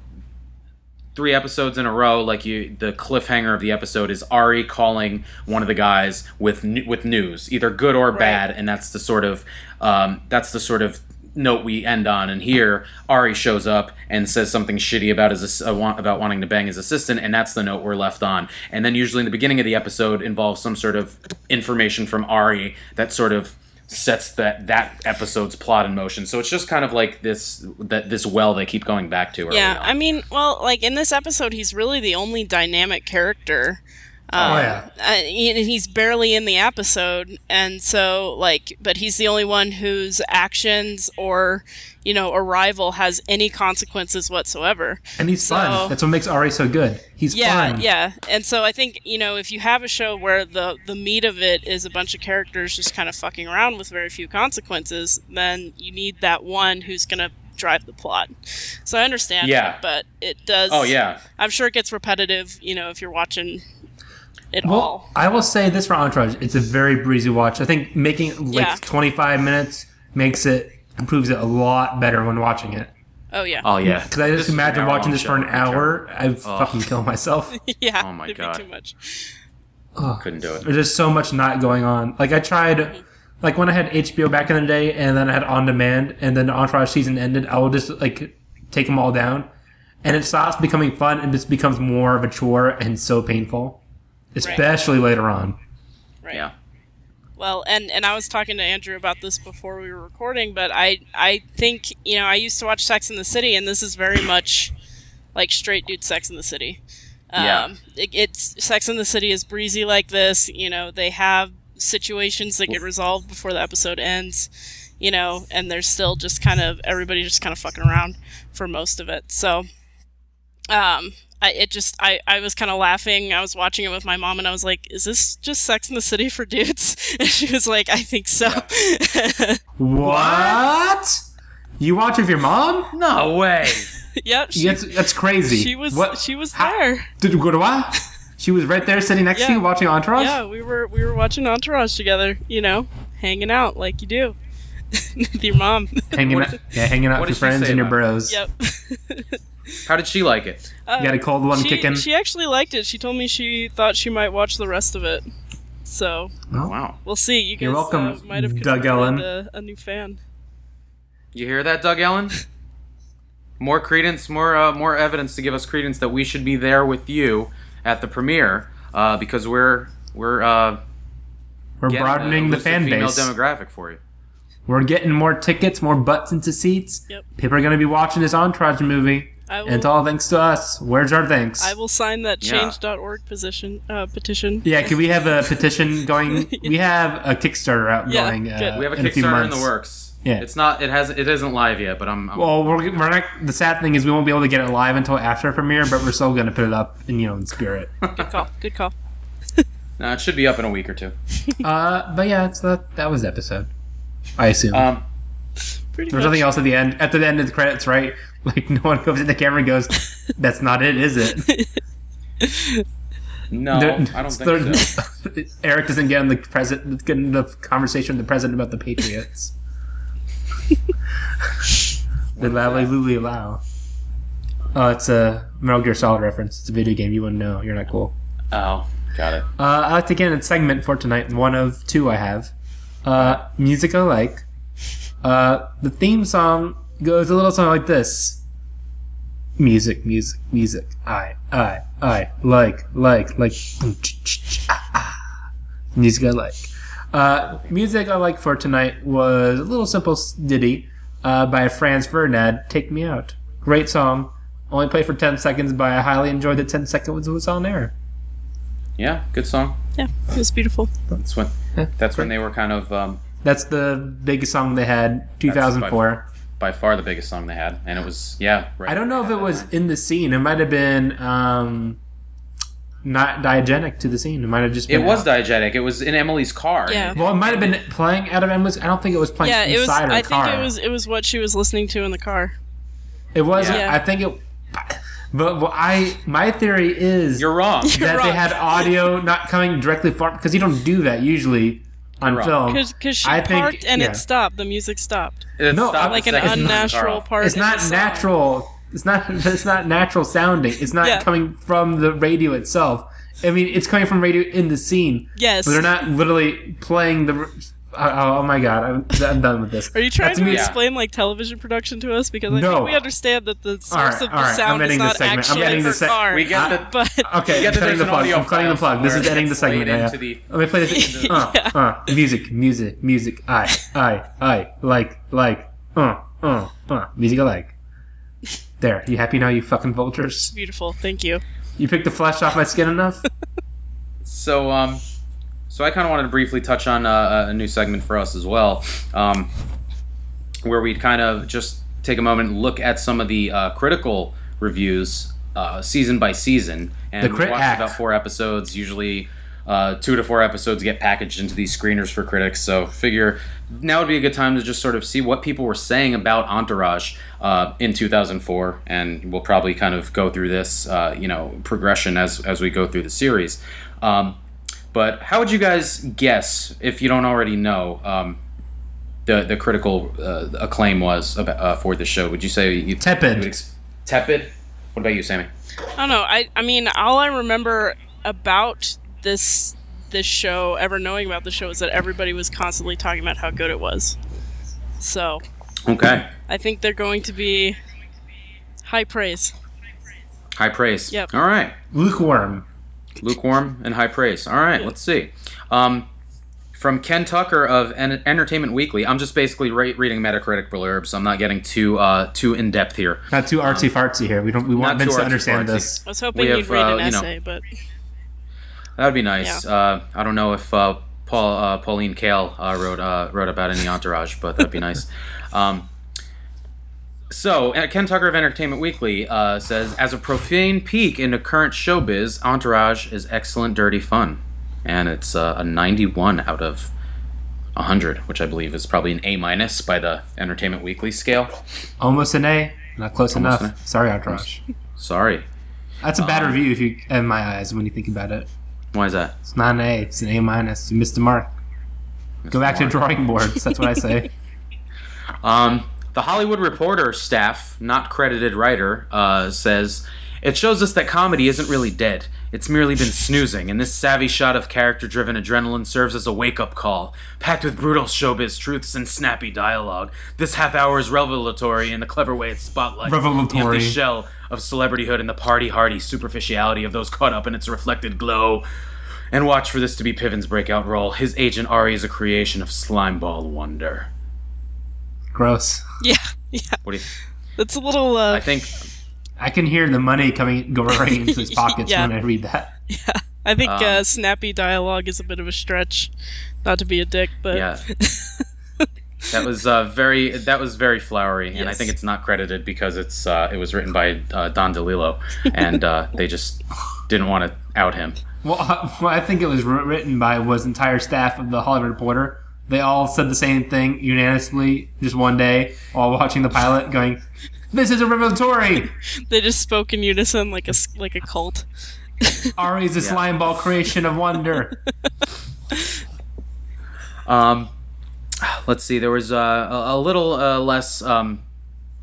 [SPEAKER 2] three episodes in a row. Like you, the cliffhanger of the episode is Ari calling one of the guys with nu- with news, either good or bad, and that's the sort of um, that's the sort of note we end on and here Ari shows up and says something shitty about his ass- uh, want, about wanting to bang his assistant and that's the note we're left on and then usually in the beginning of the episode involves some sort of information from Ari that sort of sets that that episode's plot in motion so it's just kind of like this that this well they keep going back to early
[SPEAKER 3] Yeah,
[SPEAKER 2] on.
[SPEAKER 3] I mean, well, like in this episode, he's really the only dynamic character.
[SPEAKER 1] oh yeah,
[SPEAKER 3] Uh, and he's barely in the episode, and so like, but he's the only one whose actions or, you know, arrival has any consequences whatsoever.
[SPEAKER 1] and he's fun.
[SPEAKER 3] so-
[SPEAKER 1] That's what makes Ari so good. He's
[SPEAKER 3] Yeah,
[SPEAKER 1] fun.
[SPEAKER 3] yeah. And so I think, you know, if you have a show where the the meat of it is a bunch of characters just kind of fucking around with very few consequences, then you need that one who's going to drive the plot. So I understand
[SPEAKER 2] Yeah.
[SPEAKER 3] that, but it does
[SPEAKER 2] oh yeah
[SPEAKER 3] I'm sure it gets repetitive, you know, if you're watching it
[SPEAKER 1] Well,
[SPEAKER 3] all.
[SPEAKER 1] I will say this for Entourage, it's a very breezy watch. I think making it like
[SPEAKER 3] Yeah.
[SPEAKER 1] 25 minutes makes it improves it a lot better when watching it.
[SPEAKER 3] Oh yeah.
[SPEAKER 2] oh yeah
[SPEAKER 1] Because I just
[SPEAKER 2] is an
[SPEAKER 1] imagine
[SPEAKER 2] hour-long
[SPEAKER 1] watching this for an
[SPEAKER 2] show.
[SPEAKER 1] hour, I'd
[SPEAKER 2] Oh.
[SPEAKER 1] fucking kill myself.
[SPEAKER 3] yeah.
[SPEAKER 2] Oh my
[SPEAKER 3] it'd be
[SPEAKER 2] God.
[SPEAKER 3] too much.
[SPEAKER 1] Ugh.
[SPEAKER 2] couldn't do it
[SPEAKER 1] There's just so much not going on. Like I tried, like when I had HBO back in the day, and then I had on demand, and then the Entourage season ended. I will just like take them all down, and it stops becoming fun and just becomes more of a chore and so painful, especially later on.
[SPEAKER 3] Right.
[SPEAKER 2] yeah
[SPEAKER 3] Well, and and I was talking to Andrew about this before we were recording, but I I think you know I used to watch Sex in the City, and this is very much like straight dude Sex in the City. Um,
[SPEAKER 2] Yeah.
[SPEAKER 3] it, it's Sex in the City is breezy like this. You know, they have situations that get resolved before the episode ends. You know, and there's still just kind of everybody just kind of fucking around for most of it. So, um, I, it just I, I was kind of laughing. I was watching it with my mom, and I was like, "Is this just Sex in the City for dudes?" And she was like, "I think so."
[SPEAKER 1] What? You watch with your mom?
[SPEAKER 2] no way
[SPEAKER 3] yep, she,
[SPEAKER 1] That's that's crazy.
[SPEAKER 3] she was
[SPEAKER 1] What?
[SPEAKER 3] she was
[SPEAKER 1] How-
[SPEAKER 3] there.
[SPEAKER 1] Did you go to what? She was right there, sitting next to
[SPEAKER 3] Yeah.
[SPEAKER 1] you, watching Entourage.
[SPEAKER 3] Yeah, we were we were watching Entourage together. You know, hanging out like you do with your mom.
[SPEAKER 1] Hanging out, yeah, hanging out
[SPEAKER 2] what
[SPEAKER 1] with your
[SPEAKER 2] did
[SPEAKER 1] friends
[SPEAKER 2] she say
[SPEAKER 1] and your
[SPEAKER 2] about
[SPEAKER 1] bros.
[SPEAKER 3] yep.
[SPEAKER 2] how did she like it
[SPEAKER 3] Uh,
[SPEAKER 1] You got a cold one
[SPEAKER 3] she,
[SPEAKER 1] kicking.
[SPEAKER 3] She actually liked it. She told me she thought she might watch the rest of it. So
[SPEAKER 1] Oh.
[SPEAKER 2] wow
[SPEAKER 3] we'll see. You guys
[SPEAKER 1] You're welcome,
[SPEAKER 3] uh, might have
[SPEAKER 1] Doug
[SPEAKER 3] converted
[SPEAKER 1] Ellen.
[SPEAKER 3] A, a new fan.
[SPEAKER 2] You hear that, Doug Ellen? More credence, more uh, more evidence to give us credence that we should be there with you at the premiere uh, because we're we're uh,
[SPEAKER 1] We're
[SPEAKER 2] getting
[SPEAKER 1] broadening the
[SPEAKER 2] a elusive
[SPEAKER 1] fan
[SPEAKER 2] female
[SPEAKER 1] base.
[SPEAKER 2] demographic for you.
[SPEAKER 1] We're getting more tickets, more butts into seats.
[SPEAKER 3] Yep.
[SPEAKER 1] People are going to be watching this Entourage movie.
[SPEAKER 3] I will.
[SPEAKER 1] And it's all thanks to us. Where's our thanks?
[SPEAKER 3] I will sign that
[SPEAKER 2] Yeah.
[SPEAKER 3] change.org position uh, petition.
[SPEAKER 1] yeah, can we have a petition going? We have a Kickstarter out
[SPEAKER 3] Yeah,
[SPEAKER 1] going.
[SPEAKER 3] good.
[SPEAKER 1] Uh,
[SPEAKER 2] We have a
[SPEAKER 1] in few
[SPEAKER 2] Kickstarter in
[SPEAKER 1] months.
[SPEAKER 2] the works.
[SPEAKER 1] Yeah.
[SPEAKER 2] it's not it has it isn't live yet, but I'm, I'm
[SPEAKER 1] Well, we're, we're not. The sad thing is, we won't be able to get it live until after premiere, but we're still going to put it up in you know in spirit.
[SPEAKER 3] Good call. Good call.
[SPEAKER 2] no, uh, it should be up in a week or two.
[SPEAKER 1] uh, but yeah, it's that. That was the episode. I assume
[SPEAKER 2] Um,
[SPEAKER 3] Pretty
[SPEAKER 1] there's
[SPEAKER 3] much.
[SPEAKER 1] nothing else at the end. At the end of the credits, right? Like no one goes in the camera and goes, "That's not it, is it?"
[SPEAKER 2] no,
[SPEAKER 1] There-
[SPEAKER 2] I don't think
[SPEAKER 1] there-
[SPEAKER 2] so.
[SPEAKER 1] Eric doesn't get in the president, get in the conversation with the president about the Patriots. they loudly lulu allow. Oh, it's a Metal Gear Solid reference. It's a video game. You wouldn't know. You're not cool.
[SPEAKER 2] Oh, got it.
[SPEAKER 1] Uh, I like to get in a segment for tonight. One of two I have. Uh, music I like. Uh, the theme song goes a little something like this. Music, music, music. I, I, I like, like, like. Boom, ch- ch- ch- ah, ah. Music I like. Uh, music I like for tonight was a little simple s- ditty uh, by Franz Vernad. Take me out. Great song. Only played for ten seconds, but I highly enjoyed the ten seconds it was on air.
[SPEAKER 2] Yeah, good song.
[SPEAKER 3] Yeah, it was beautiful.
[SPEAKER 2] That's when that's when they were kind of um,
[SPEAKER 1] That's the biggest song they had, 2004.
[SPEAKER 2] by far the biggest song they had, and it was yeah. Right
[SPEAKER 1] I don't know if it was in the scene. It might have been um, not diegetic to the scene. It might have just
[SPEAKER 2] It
[SPEAKER 1] been.
[SPEAKER 2] was diegetic. It was in Emily's car.
[SPEAKER 3] Yeah.
[SPEAKER 1] Well, it might have been playing out of Emily's. I don't think it was playing
[SPEAKER 3] Yeah, it was.
[SPEAKER 1] inside her
[SPEAKER 3] I
[SPEAKER 1] car.
[SPEAKER 3] think it was. It was what she was listening to in the car.
[SPEAKER 1] It was.
[SPEAKER 3] Yeah.
[SPEAKER 1] I think it. But what I my theory is
[SPEAKER 2] You're wrong.
[SPEAKER 1] that
[SPEAKER 3] You're
[SPEAKER 1] they
[SPEAKER 3] wrong.
[SPEAKER 1] had audio not coming directly from because you don't do that usually. on
[SPEAKER 2] Right.
[SPEAKER 1] film.
[SPEAKER 3] because she
[SPEAKER 1] I think-
[SPEAKER 3] parked and
[SPEAKER 1] yeah.
[SPEAKER 3] it stopped. The music stopped.
[SPEAKER 2] It
[SPEAKER 1] No,
[SPEAKER 2] stopped
[SPEAKER 1] like
[SPEAKER 2] the
[SPEAKER 1] an
[SPEAKER 2] second song.
[SPEAKER 3] unnatural
[SPEAKER 2] Carl.
[SPEAKER 3] part.
[SPEAKER 1] it's
[SPEAKER 3] in
[SPEAKER 1] not
[SPEAKER 3] the song.
[SPEAKER 1] natural. It's not. It's not natural sounding. It's not
[SPEAKER 3] Yeah.
[SPEAKER 1] coming from the radio itself. I mean, it's coming from radio in the scene.
[SPEAKER 3] Yes.
[SPEAKER 1] but they're not literally playing the. Oh, oh my god, I'm, I'm done with this.
[SPEAKER 3] Are you trying
[SPEAKER 1] That's
[SPEAKER 3] to
[SPEAKER 1] me-
[SPEAKER 3] explain like television production to us? Because I
[SPEAKER 1] No.
[SPEAKER 3] think we understand that the
[SPEAKER 1] right,
[SPEAKER 3] source of the
[SPEAKER 1] all right, I'm
[SPEAKER 3] sound is
[SPEAKER 1] ending this
[SPEAKER 3] not
[SPEAKER 1] segment. I'm
[SPEAKER 3] actually
[SPEAKER 1] ending
[SPEAKER 3] for
[SPEAKER 1] this seg-
[SPEAKER 3] car.
[SPEAKER 2] We got the-
[SPEAKER 3] but
[SPEAKER 1] Okay,
[SPEAKER 2] You
[SPEAKER 1] I'm
[SPEAKER 2] got that
[SPEAKER 1] cutting
[SPEAKER 2] there's
[SPEAKER 1] the
[SPEAKER 2] an
[SPEAKER 1] plug.
[SPEAKER 2] audio
[SPEAKER 1] I'm cutting the
[SPEAKER 2] file
[SPEAKER 1] plug. This is
[SPEAKER 2] somewhere
[SPEAKER 1] ending the
[SPEAKER 2] that's
[SPEAKER 1] segment.
[SPEAKER 2] laid
[SPEAKER 1] Yeah.
[SPEAKER 2] into the-
[SPEAKER 1] Let me play this. Uh, uh, music, music, music. I, I, I like, like. Uh, uh, uh. Music I like. There. You happy now? You fucking vultures.
[SPEAKER 3] beautiful. Thank you.
[SPEAKER 1] You picked the flesh off my skin enough.
[SPEAKER 2] So, um, so I kind of wanted to briefly touch on uh, a new segment for us as well, um, where we'd kind of just take a moment and look at some of the uh, critical reviews uh, season by season. And
[SPEAKER 1] The
[SPEAKER 2] we
[SPEAKER 1] Crit
[SPEAKER 2] watched
[SPEAKER 1] Act.
[SPEAKER 2] about four episodes. Usually, uh, two to four episodes get packaged into these screeners for critics. So, figure now would be a good time to just sort of see what people were saying about Entourage uh, in 2004, and we'll probably kind of go through this, uh, you know, progression as as we go through the series. Um, but how would you guys guess if you don't already know? Um, the, the critical uh, acclaim was about, uh, for this show. Would you say you,
[SPEAKER 1] Tepid.
[SPEAKER 2] you would ex- tepid? What about you, Sammy?
[SPEAKER 3] I don't know. I I mean, all I remember about this this show, ever knowing about the show, is that everybody was constantly talking about how good it was. So
[SPEAKER 2] Okay.
[SPEAKER 3] I think they're going to be high praise.
[SPEAKER 2] High praise.
[SPEAKER 3] Yep.
[SPEAKER 2] All right.
[SPEAKER 1] Lukewarm.
[SPEAKER 2] Lukewarm and high praise. All right. Let's see. Um, from Ken Tucker of en- Entertainment Weekly. I'm just basically re- reading Metacritic blurbs. I'm not getting too uh, too in depth here.
[SPEAKER 1] Not too artsy fartsy here. We don't. We want
[SPEAKER 2] Um, Not too
[SPEAKER 1] Vince to understand
[SPEAKER 2] artsy-fartsy.
[SPEAKER 1] this.
[SPEAKER 3] I was hoping
[SPEAKER 2] We
[SPEAKER 3] you'd
[SPEAKER 2] have,
[SPEAKER 3] read an
[SPEAKER 2] uh, you know-
[SPEAKER 3] essay, but
[SPEAKER 2] That would be nice. Uh, I don't know if uh, Paul uh, Pauline Kael uh, wrote uh, wrote about any entourage, but that'd be nice. Um, so uh, Ken Tucker of Entertainment Weekly uh, says, as a profane peek into current showbiz, Entourage is excellent, dirty fun, and it's uh, a 91 out of 100, which I believe is probably an A minus by the Entertainment Weekly scale.
[SPEAKER 1] Almost an A. Not close
[SPEAKER 2] Almost
[SPEAKER 1] enough.
[SPEAKER 2] an Um,
[SPEAKER 1] Sorry, Entourage.
[SPEAKER 2] Sorry,
[SPEAKER 1] That's a bad review if you, in my eyes, when you think about it.
[SPEAKER 2] why is that?
[SPEAKER 1] It's not an A. It's an A minus. You missed the mark. Go back to
[SPEAKER 2] Mark.
[SPEAKER 1] drawing boards. That's what I say.
[SPEAKER 2] Um, the Hollywood Reporter staff, not credited writer, uh, says it shows us that comedy isn't really dead. It's merely been snoozing, and this savvy shot of character driven adrenaline serves as a wake up call, packed with brutal showbiz truths and snappy dialogue. This half hour is revelatory in the clever way it spotlights the
[SPEAKER 1] Revelatory.
[SPEAKER 2] empty shell of celebrityhood and the party hardy superficiality of those caught up in its reflected glow. And watch for this to be Piven's breakout role. His agent Ari is a creation of Slimeball Wonder.
[SPEAKER 1] Gross.
[SPEAKER 3] yeah, yeah,
[SPEAKER 2] What do you
[SPEAKER 3] it's a little.
[SPEAKER 2] I
[SPEAKER 3] Uh,
[SPEAKER 2] think
[SPEAKER 1] I can hear the money coming going into his pockets
[SPEAKER 3] Yeah.
[SPEAKER 1] when I read that.
[SPEAKER 3] I think
[SPEAKER 2] um,
[SPEAKER 3] uh, snappy dialogue is a bit of a stretch. Not to be a dick, but
[SPEAKER 2] yeah. that was uh, very that was very flowery, and I
[SPEAKER 3] Yes.
[SPEAKER 2] think it's not credited because it's uh, it was written by uh, Don DeLillo, and uh, they just didn't want to out him.
[SPEAKER 1] Well, uh, what I think it was wr- written by was entire staff of the Hollywood Reporter. They all said the same thing unanimously just one day while watching the pilot, going, "This is a revelatory.
[SPEAKER 3] they just spoke in unison like a s- like a cult.
[SPEAKER 1] Ari is a
[SPEAKER 2] Yeah.
[SPEAKER 1] slime ball creation of wonder."
[SPEAKER 2] Um, let's see. There was uh, a, a little uh, less, um,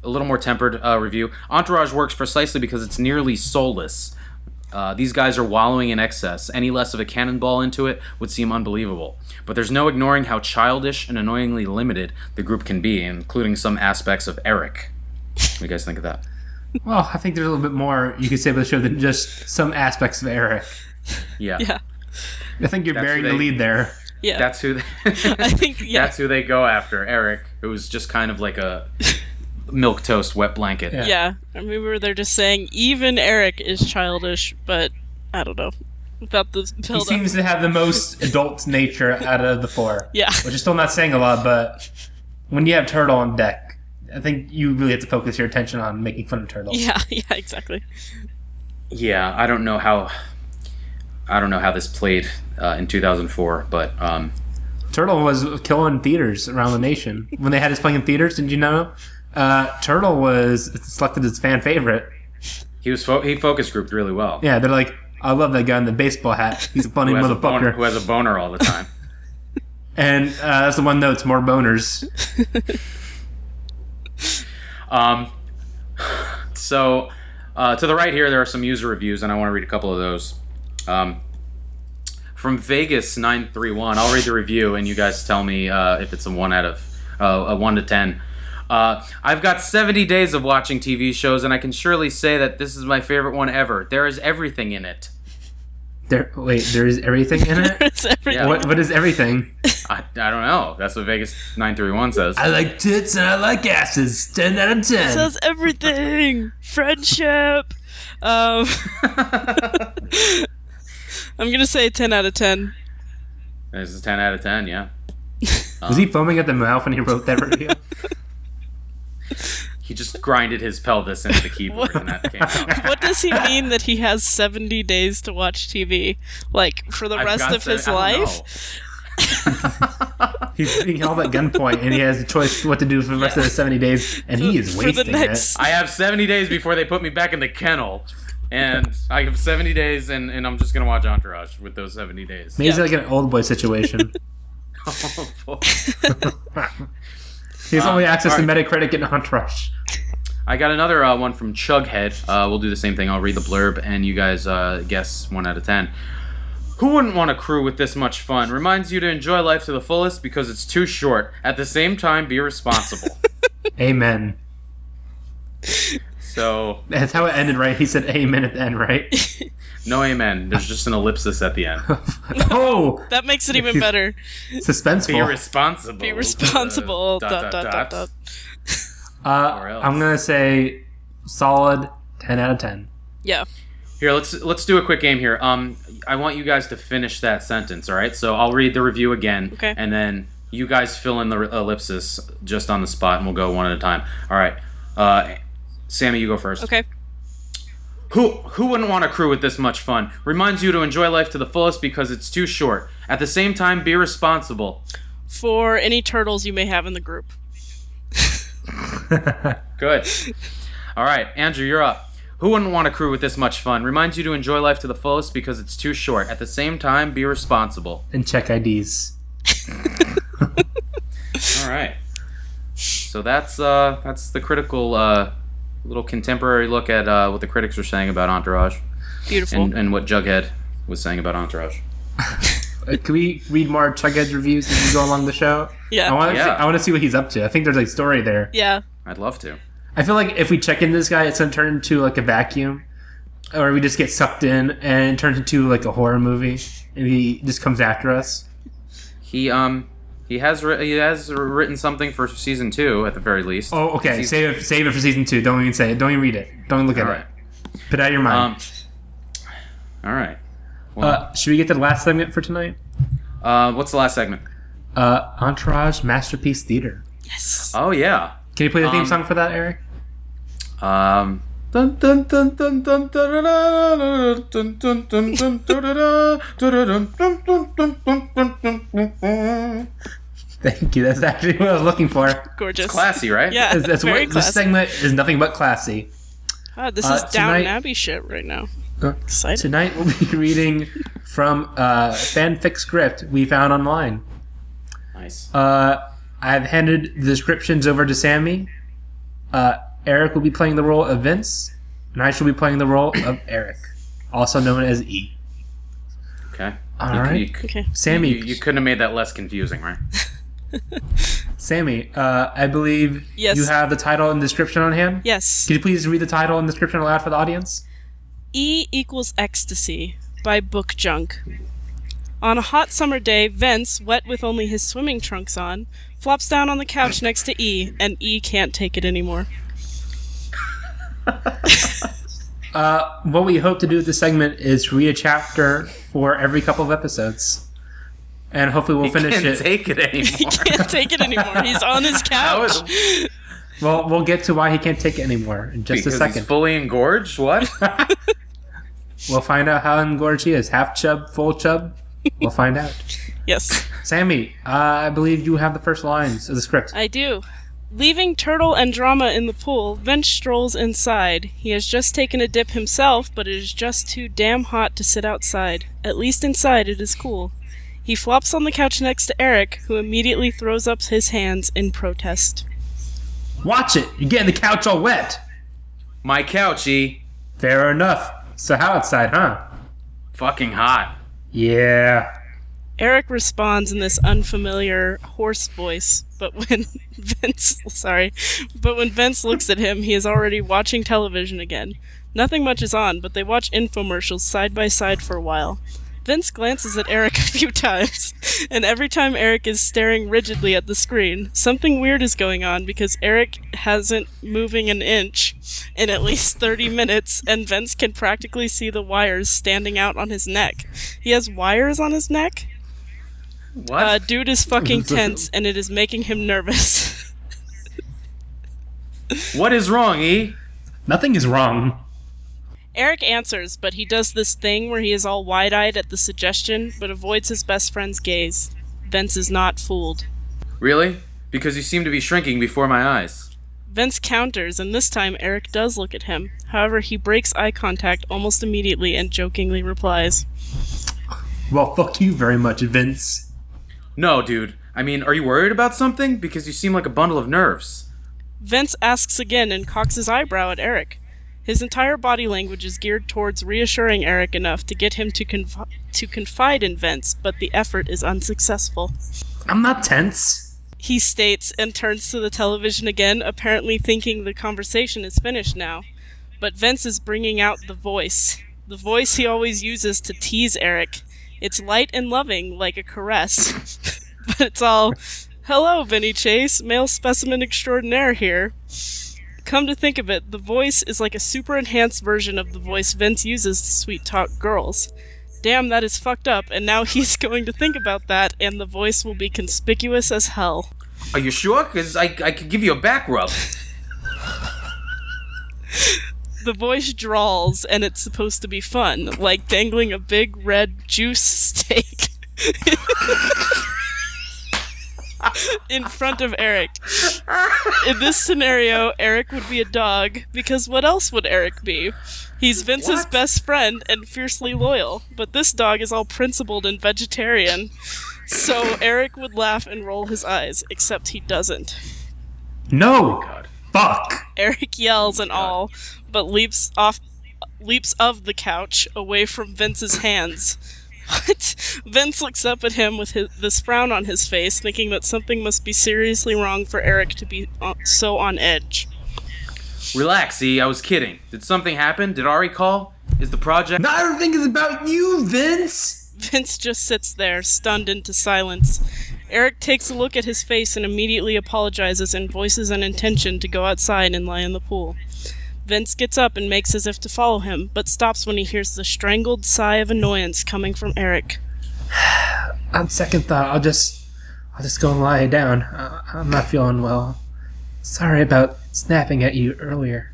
[SPEAKER 2] a little more tempered uh, review. Entourage works precisely because it's nearly soulless. Uh, these guys are wallowing in excess. Any less of a cannonball into it would seem unbelievable. But there's no ignoring how childish and annoyingly limited the group can be, including some aspects of Eric. What do you guys think of that?
[SPEAKER 1] Well, I think there's a little bit more you could say about the show than just some aspects of Eric.
[SPEAKER 2] Yeah,
[SPEAKER 3] Yeah,
[SPEAKER 1] I think you're
[SPEAKER 2] That's
[SPEAKER 1] burying
[SPEAKER 2] what
[SPEAKER 1] the
[SPEAKER 2] they-
[SPEAKER 1] lead there.
[SPEAKER 3] yeah.
[SPEAKER 2] that's who.
[SPEAKER 3] I think yeah,
[SPEAKER 2] That's who they go after, Eric, who's just kind of like a milk toast wet blanket.
[SPEAKER 1] Yeah.
[SPEAKER 3] yeah. I remember they're just saying even Eric is childish, but I don't know about the
[SPEAKER 1] He
[SPEAKER 3] build
[SPEAKER 1] seems to have the most adult nature out of the four.
[SPEAKER 3] Yeah.
[SPEAKER 1] Which is still not saying a lot, but when you have Turtle on deck, I think you really have to focus your attention on making fun of Turtle.
[SPEAKER 3] Yeah, yeah, exactly.
[SPEAKER 2] yeah i don't know how i don't know how this played uh, in 2004 but um,
[SPEAKER 1] Turtle was killing theaters around the nation. When they had us playing in theaters, did you know? Uh, Turtle was selected as fan favorite.
[SPEAKER 2] he was fo- he focus grouped really well
[SPEAKER 1] Yeah, they're like, I love that guy in the baseball hat. He's a funny
[SPEAKER 2] who, has a boner,
[SPEAKER 1] motherfucker.
[SPEAKER 2] who has a boner all the time
[SPEAKER 1] and uh, that's the one though. It's more boners.
[SPEAKER 2] Um, so, uh, to the right here, there are some user reviews, and I want to read a couple of those. Um, from Vegas nine three one, I'll read the review, and you guys tell me uh, if it's a one out of uh, a one to ten. Uh, I've got 70 days of watching TV shows, and I can surely say that this is my favorite one ever. There is everything in it.
[SPEAKER 1] There, wait, there is everything in it.
[SPEAKER 3] It's every-
[SPEAKER 2] Yeah.
[SPEAKER 1] What, what is everything?
[SPEAKER 2] I, I don't know. That's what Vegas 931 says.
[SPEAKER 1] I like tits and I like asses. Ten out of ten.
[SPEAKER 3] It says everything. Friendship. Um, I'm gonna say ten out of ten.
[SPEAKER 2] this is 10 out of 10, yeah.
[SPEAKER 1] Was he foaming at the mouth when he wrote that review?
[SPEAKER 2] He just grinded his pelvis into the keyboard, and that came out.
[SPEAKER 3] What does he mean that he has 70 days to watch TV? Like for the
[SPEAKER 2] I've
[SPEAKER 3] rest
[SPEAKER 2] got
[SPEAKER 3] of his
[SPEAKER 2] I don't
[SPEAKER 3] life?
[SPEAKER 2] know.
[SPEAKER 1] He's being held at gunpoint, and he has a choice what to do for the rest of the seventy days, and he is
[SPEAKER 3] for
[SPEAKER 1] wasting
[SPEAKER 3] the next
[SPEAKER 1] it.
[SPEAKER 2] I have 70 days before they put me back in the kennel. And I have 70 days, and, and I'm just going to watch Entourage with those 70 days.
[SPEAKER 1] Maybe it's like an old boy situation.
[SPEAKER 2] Oh, boy.
[SPEAKER 1] He has
[SPEAKER 2] Um,
[SPEAKER 3] Uh,
[SPEAKER 1] only access
[SPEAKER 2] all
[SPEAKER 1] to Metacritic and Entourage.
[SPEAKER 2] I got another uh, one from Chughead. Uh, we'll do the same thing. I'll read the blurb, and you guys uh, guess 1 out of 10. Who wouldn't want a crew with this much fun? Reminds you to enjoy life to the fullest because it's too short. At the same time, be responsible.
[SPEAKER 1] Amen.
[SPEAKER 2] so,
[SPEAKER 1] That's how it ended, right? He said amen at the end, right?
[SPEAKER 2] no amen. There's just an ellipsis at the end.
[SPEAKER 1] oh,
[SPEAKER 3] That makes it even
[SPEAKER 1] He's-
[SPEAKER 3] better.
[SPEAKER 2] Be
[SPEAKER 1] suspenseful.
[SPEAKER 2] responsible.
[SPEAKER 3] Be responsible.
[SPEAKER 2] Uh,
[SPEAKER 3] dot, dot, dot, dot.
[SPEAKER 1] Uh,
[SPEAKER 2] or else.
[SPEAKER 1] I'm gonna say solid ten out of ten.
[SPEAKER 3] Yeah.
[SPEAKER 2] Here, let's let's do a quick game here. Um, I want you guys to finish that sentence. All right, so I'll read the review again,
[SPEAKER 3] Okay.
[SPEAKER 2] and then you guys fill in the re- ellipsis just on the spot, and we'll go one at a time. All right, uh, Sammy, you go first.
[SPEAKER 3] Okay.
[SPEAKER 2] Who who wouldn't want a crew with this much fun? Reminds you to enjoy life to the fullest because it's too short. At the same time, be responsible.
[SPEAKER 3] For any turtles you may have in the group.
[SPEAKER 2] Good. All right, Andrew, you're up. Who wouldn't want a crew with this much fun? Reminds you to enjoy life to the fullest because it's too short. At the same time, be responsible.
[SPEAKER 1] And check IDs.
[SPEAKER 2] All right. So that's uh, that's the critical uh, little contemporary look at uh, what the critics were saying about Entourage
[SPEAKER 3] Beautiful.
[SPEAKER 2] and, uh, and what Jughead was saying about Entourage.
[SPEAKER 1] Uh, can we read more Chughead's reviews as we go along the show?
[SPEAKER 3] Yeah.
[SPEAKER 1] I want to.
[SPEAKER 2] Yeah.
[SPEAKER 1] I want to see what he's up to. I think there's like story there.
[SPEAKER 3] yeah.
[SPEAKER 2] I'd love to.
[SPEAKER 1] I feel like if we check in this guy, it's gonna turn into like a vacuum, or we just get sucked in and it turns into like a horror movie, and he just comes after us.
[SPEAKER 2] He um he has ri- he has written something for season two at the very least.
[SPEAKER 1] Oh, okay.
[SPEAKER 2] Season-
[SPEAKER 1] Save it. Save it for season two. Don't even say it. Don't even read it. Don't even look at
[SPEAKER 2] all right.
[SPEAKER 1] it. Put it out of your mind.
[SPEAKER 2] Um, all right.
[SPEAKER 1] uh, should we get to the last segment for tonight?
[SPEAKER 2] Uh, what's the last segment?
[SPEAKER 1] Uh, Entourage Masterpiece Theater.
[SPEAKER 3] Yes.
[SPEAKER 2] Oh yeah.
[SPEAKER 1] Can you play the theme
[SPEAKER 2] Um,
[SPEAKER 1] song for that, Eric?
[SPEAKER 2] Um. Dun dun dun dun dun dun dun dun dun dun dun dun
[SPEAKER 1] Thank you. That's actually what I was looking for.
[SPEAKER 3] Gorgeous.
[SPEAKER 2] Classy, right?
[SPEAKER 3] Yeah.
[SPEAKER 1] That's, that's
[SPEAKER 3] very
[SPEAKER 1] what, this
[SPEAKER 3] classy.
[SPEAKER 1] segment is nothing but classy.
[SPEAKER 3] God, Ah, this
[SPEAKER 1] uh,
[SPEAKER 3] is down and
[SPEAKER 1] tonight-
[SPEAKER 3] Abbey shit right now.
[SPEAKER 1] Uh,
[SPEAKER 3] Excited.
[SPEAKER 1] Tonight we'll be reading from uh, fanfic script we found online.
[SPEAKER 2] Nice.
[SPEAKER 1] Uh, I've handed the descriptions over to Sammy. Uh, Eric will be playing the role of Vince, and I shall be playing the role of Eric, also known as E.
[SPEAKER 2] Okay.
[SPEAKER 1] All
[SPEAKER 2] You-
[SPEAKER 1] right.
[SPEAKER 2] you-
[SPEAKER 3] Okay.
[SPEAKER 1] Sammy,
[SPEAKER 2] You, you couldn't have made that less confusing, right?
[SPEAKER 1] Sammy, uh, I believe
[SPEAKER 3] Yes.
[SPEAKER 1] you have the title and description on hand.
[SPEAKER 3] Yes.
[SPEAKER 1] Could you please read the title and description aloud for the audience?
[SPEAKER 3] E equals Ecstasy by Book Junk. On a hot summer day, Vince, wet with only his swimming trunks on, flops down on the couch next to E, and E can't take it anymore.
[SPEAKER 1] Uh, what we hope to do with this segment is read a chapter for every couple of episodes, and hopefully we'll finish
[SPEAKER 2] Can't
[SPEAKER 1] it.
[SPEAKER 2] take it
[SPEAKER 3] He
[SPEAKER 2] anymore.
[SPEAKER 3] can't take it anymore. He's on his
[SPEAKER 2] That
[SPEAKER 3] couch.
[SPEAKER 2] was
[SPEAKER 1] Well, we'll get to why he can't take it anymore in just
[SPEAKER 2] because
[SPEAKER 1] a
[SPEAKER 2] he's
[SPEAKER 1] second.
[SPEAKER 2] fully engorged. What?
[SPEAKER 1] We'll find out how engorged he is. Half chub, full chub. We'll find out.
[SPEAKER 3] Yes,
[SPEAKER 1] Sammy, uh, I believe you have the first lines of the script.
[SPEAKER 3] I do. Leaving Turtle and Drama in the pool, Vince strolls inside. He has just taken a dip himself, but it is just too damn hot to sit outside. At least inside it is cool. He flops on the couch next to Eric, who immediately throws up his hands in protest.
[SPEAKER 1] Watch it. You're getting the couch all wet.
[SPEAKER 2] My couchie,
[SPEAKER 1] Fair enough. So how outside, huh?
[SPEAKER 2] fucking hot.
[SPEAKER 1] Yeah.
[SPEAKER 3] Eric responds in this unfamiliar hoarse voice, but when Vince sorry, but when Vince looks at him, he is already watching television again. Nothing much is on, but they watch infomercials side by side for a while. Vince glances at Eric a few times, and every time Eric is staring rigidly at the screen, something weird is going on because Eric hasn't moving an inch in at least 30 minutes, and Vince can practically see the wires standing out on his neck. He has wires on his neck?
[SPEAKER 2] What?
[SPEAKER 3] Uh, dude is fucking tense, and it is making him nervous.
[SPEAKER 2] what is wrong, E?
[SPEAKER 1] Nothing is wrong.
[SPEAKER 3] Eric answers, but he does this thing where he is all wide eyed at the suggestion, but avoids his best friend's gaze. Vince is not fooled.
[SPEAKER 2] Really? Because you seem to be shrinking before my eyes.
[SPEAKER 3] Vince counters, and this time Eric does look at him. However, he breaks eye contact almost immediately and jokingly replies,
[SPEAKER 1] Well, fuck you very much, Vince.
[SPEAKER 2] No, dude. I mean, are you worried about something? Because you seem like a bundle of nerves.
[SPEAKER 3] Vince asks again and cocks his eyebrow at Eric. His entire body language is geared towards reassuring Eric enough to get him to, conf- to confide in Vince, but the effort is unsuccessful.
[SPEAKER 1] I'm not tense.
[SPEAKER 3] He states and turns to the television again, apparently thinking the conversation is finished now. But Vince is bringing out the voice. The voice he always uses to tease Eric. It's light and loving, like a caress. but it's all, Hello, Vinny Chase, male specimen extraordinaire here. Come to think of it, the voice is like a super enhanced version of the voice Vince uses to sweet talk girls. Damn, that is fucked up, and now he's going to think about that, and the voice will be conspicuous as hell.
[SPEAKER 2] Are you sure? Because I, I could give you a back rub.
[SPEAKER 3] The voice drawls, and it's supposed to be fun, like dangling a big red juice steak in front of Eric. In this scenario, Eric would be a dog, because what else would Eric be? He's Vince's
[SPEAKER 2] What?
[SPEAKER 3] best friend and fiercely loyal, but this dog is all principled and vegetarian. So Eric would laugh and roll his eyes, except he doesn't.
[SPEAKER 1] No.
[SPEAKER 2] Oh, God.
[SPEAKER 1] Fuck.
[SPEAKER 3] Eric yells and all, but leaps off leaps of the couch away from Vince's hands. What? Vince looks up at him with his, this frown on his face, thinking that something must be seriously wrong for Eric to be uh, so on edge.
[SPEAKER 2] Relax, E. I was kidding. Did something happen? Did Ari call? Is the project.
[SPEAKER 1] Not everything is about you, Vince.
[SPEAKER 3] Vince just sits there, stunned into silence. Eric takes a look at his face and immediately apologizes and voices an intention to go outside and lie in the pool. Vince gets up and makes as if to follow him, but stops when he hears the strangled sigh of annoyance coming from Eric.
[SPEAKER 1] On second thought, I'll just, I'll just go and lie down. Uh, I'm not feeling well. Sorry about snapping at you earlier.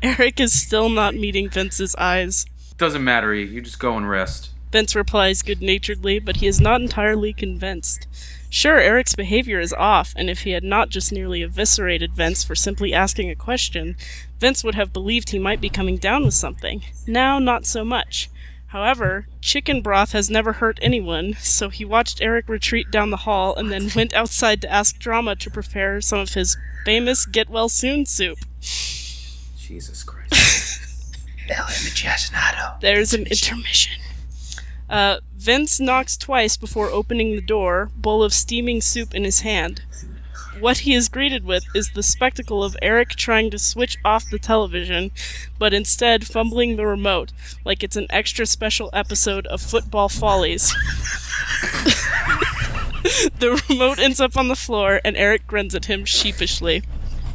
[SPEAKER 3] Eric is still not meeting Vince's eyes.
[SPEAKER 2] Doesn't matter, E. You just go and rest.
[SPEAKER 3] Vince replies good naturedly, but he is not entirely convinced. Sure, Eric's behavior is off, and if he had not just nearly eviscerated Vince for simply asking a question, Vince would have believed he might be coming down with something. Now, not so much. However, chicken broth has never hurt anyone, so he watched Eric retreat down the hall and then went outside to ask Drama to prepare some of his famous get well soon soup.
[SPEAKER 2] Jesus Christ.
[SPEAKER 3] There's an intermission. Uh, Vince knocks twice before opening the door, bowl of steaming soup in his hand. What he is greeted with is the spectacle of Eric trying to switch off the television, but instead fumbling the remote like it's an extra special episode of Football Follies. the remote ends up on the floor, and Eric grins at him sheepishly.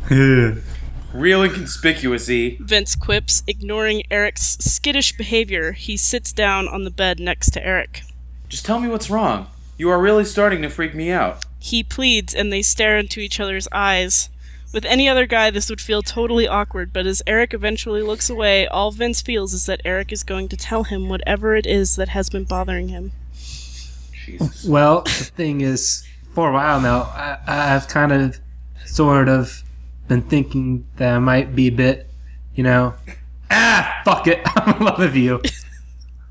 [SPEAKER 2] Real and conspicuous, E.
[SPEAKER 3] Vince quips, ignoring Eric's skittish behavior. He sits down on the bed next to Eric.
[SPEAKER 2] Just tell me what's wrong. You are really starting to freak me out.
[SPEAKER 3] He pleads, and they stare into each other's eyes. With any other guy, this would feel totally awkward, but as Eric eventually looks away, all Vince feels is that Eric is going to tell him whatever it is that has been bothering him.
[SPEAKER 2] Jesus.
[SPEAKER 1] Well, the thing is, for a while now, I, I've kind of, sort of, been thinking that I might be a bit, you know, ah, fuck it, I'm in love with you.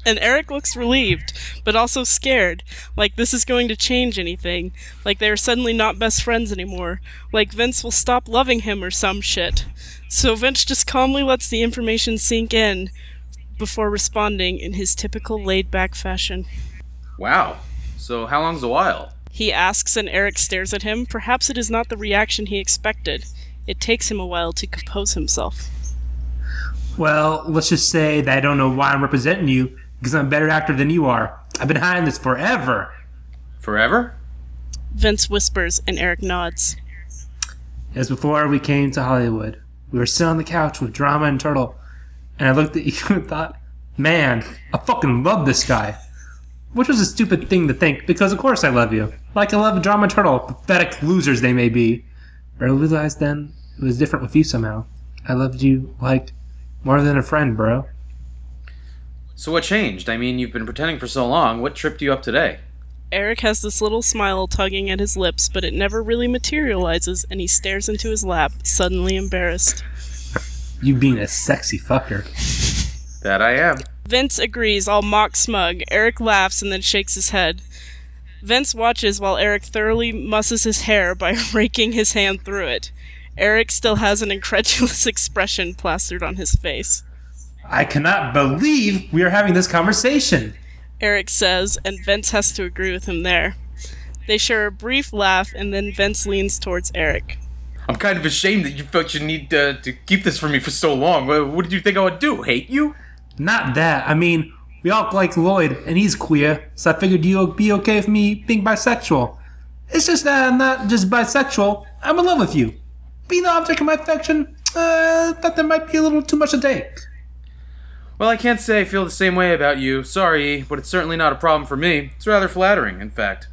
[SPEAKER 3] And Eric looks relieved, but also scared. Like this is going to change anything. Like they are suddenly not best friends anymore. Like Vince will stop loving him or some shit. So Vince just calmly lets the information sink in before responding in his typical laid back fashion.
[SPEAKER 2] Wow. So how long's a while?
[SPEAKER 3] He asks, and Eric stares at him. Perhaps it is not the reaction he expected. It takes him a while to compose himself.
[SPEAKER 1] Well, let's just say that I don't know why I'm representing you because I'm a better actor than you are. I've been hiding this forever.
[SPEAKER 2] Forever?
[SPEAKER 3] Vince whispers, and Eric nods.
[SPEAKER 1] As before we came to Hollywood, we were sitting on the couch with Drama and Turtle, and I looked at you and thought, man, I fucking love this guy. Which was a stupid thing to think because, of course, I love you. Like I love Drama and Turtle, pathetic losers they may be. But I realized then it was different with you somehow. I loved you like more than a friend, bro.
[SPEAKER 2] So what changed? I mean, you've been pretending for so long. What tripped you up today?
[SPEAKER 3] Eric has this little smile tugging at his lips, but it never really materializes, and he stares into his lap, suddenly embarrassed.
[SPEAKER 1] You being a sexy fucker.
[SPEAKER 2] That I am.
[SPEAKER 3] Vince agrees, all mock smug. Eric laughs and then shakes his head. Vince watches while Eric thoroughly musses his hair by raking his hand through it. Eric still has an incredulous expression plastered on his face.
[SPEAKER 1] I cannot believe we are having this conversation.
[SPEAKER 3] Eric says, and Vince has to agree with him there. They share a brief laugh, and then Vince leans towards Eric.
[SPEAKER 2] I'm kind of ashamed that you felt you need to, to keep this from me for so long. What, what did you think I would do? Hate you?
[SPEAKER 1] Not that. I mean, we all like Lloyd, and he's queer, so I figured you'd be okay with me being bisexual. It's just that I'm not just bisexual, I'm in love with you. Being the object of my affection, uh, thought that might be a little too much to take.
[SPEAKER 2] Well, I can't say I feel the same way about you. Sorry, but it's certainly not a problem for me. It's rather flattering, in fact.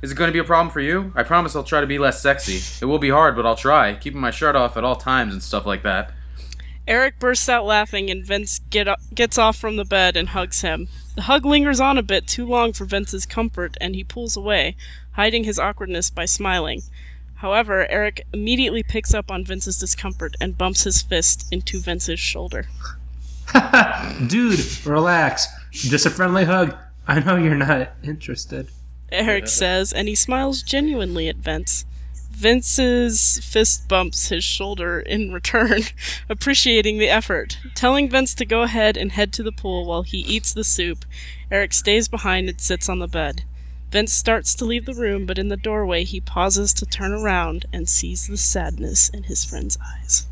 [SPEAKER 2] Is it going to be a problem for you? I promise I'll try to be less sexy. It will be hard, but I'll try, keeping my shirt off at all times and stuff like that.
[SPEAKER 3] Eric bursts out laughing, and Vince get o- gets off from the bed and hugs him. The hug lingers on a bit too long for Vince's comfort, and he pulls away, hiding his awkwardness by smiling. However, Eric immediately picks up on Vince's discomfort and bumps his fist into Vince's shoulder.
[SPEAKER 1] Dude, relax. Just a friendly hug. I know you're not interested.
[SPEAKER 3] Eric says, and he smiles genuinely at Vince. Vince's fist bumps his shoulder in return, appreciating the effort. Telling Vince to go ahead and head to the pool while he eats the soup, Eric stays behind and sits on the bed. Vince starts to leave the room, but in the doorway he pauses to turn around and sees the sadness in his friend's eyes.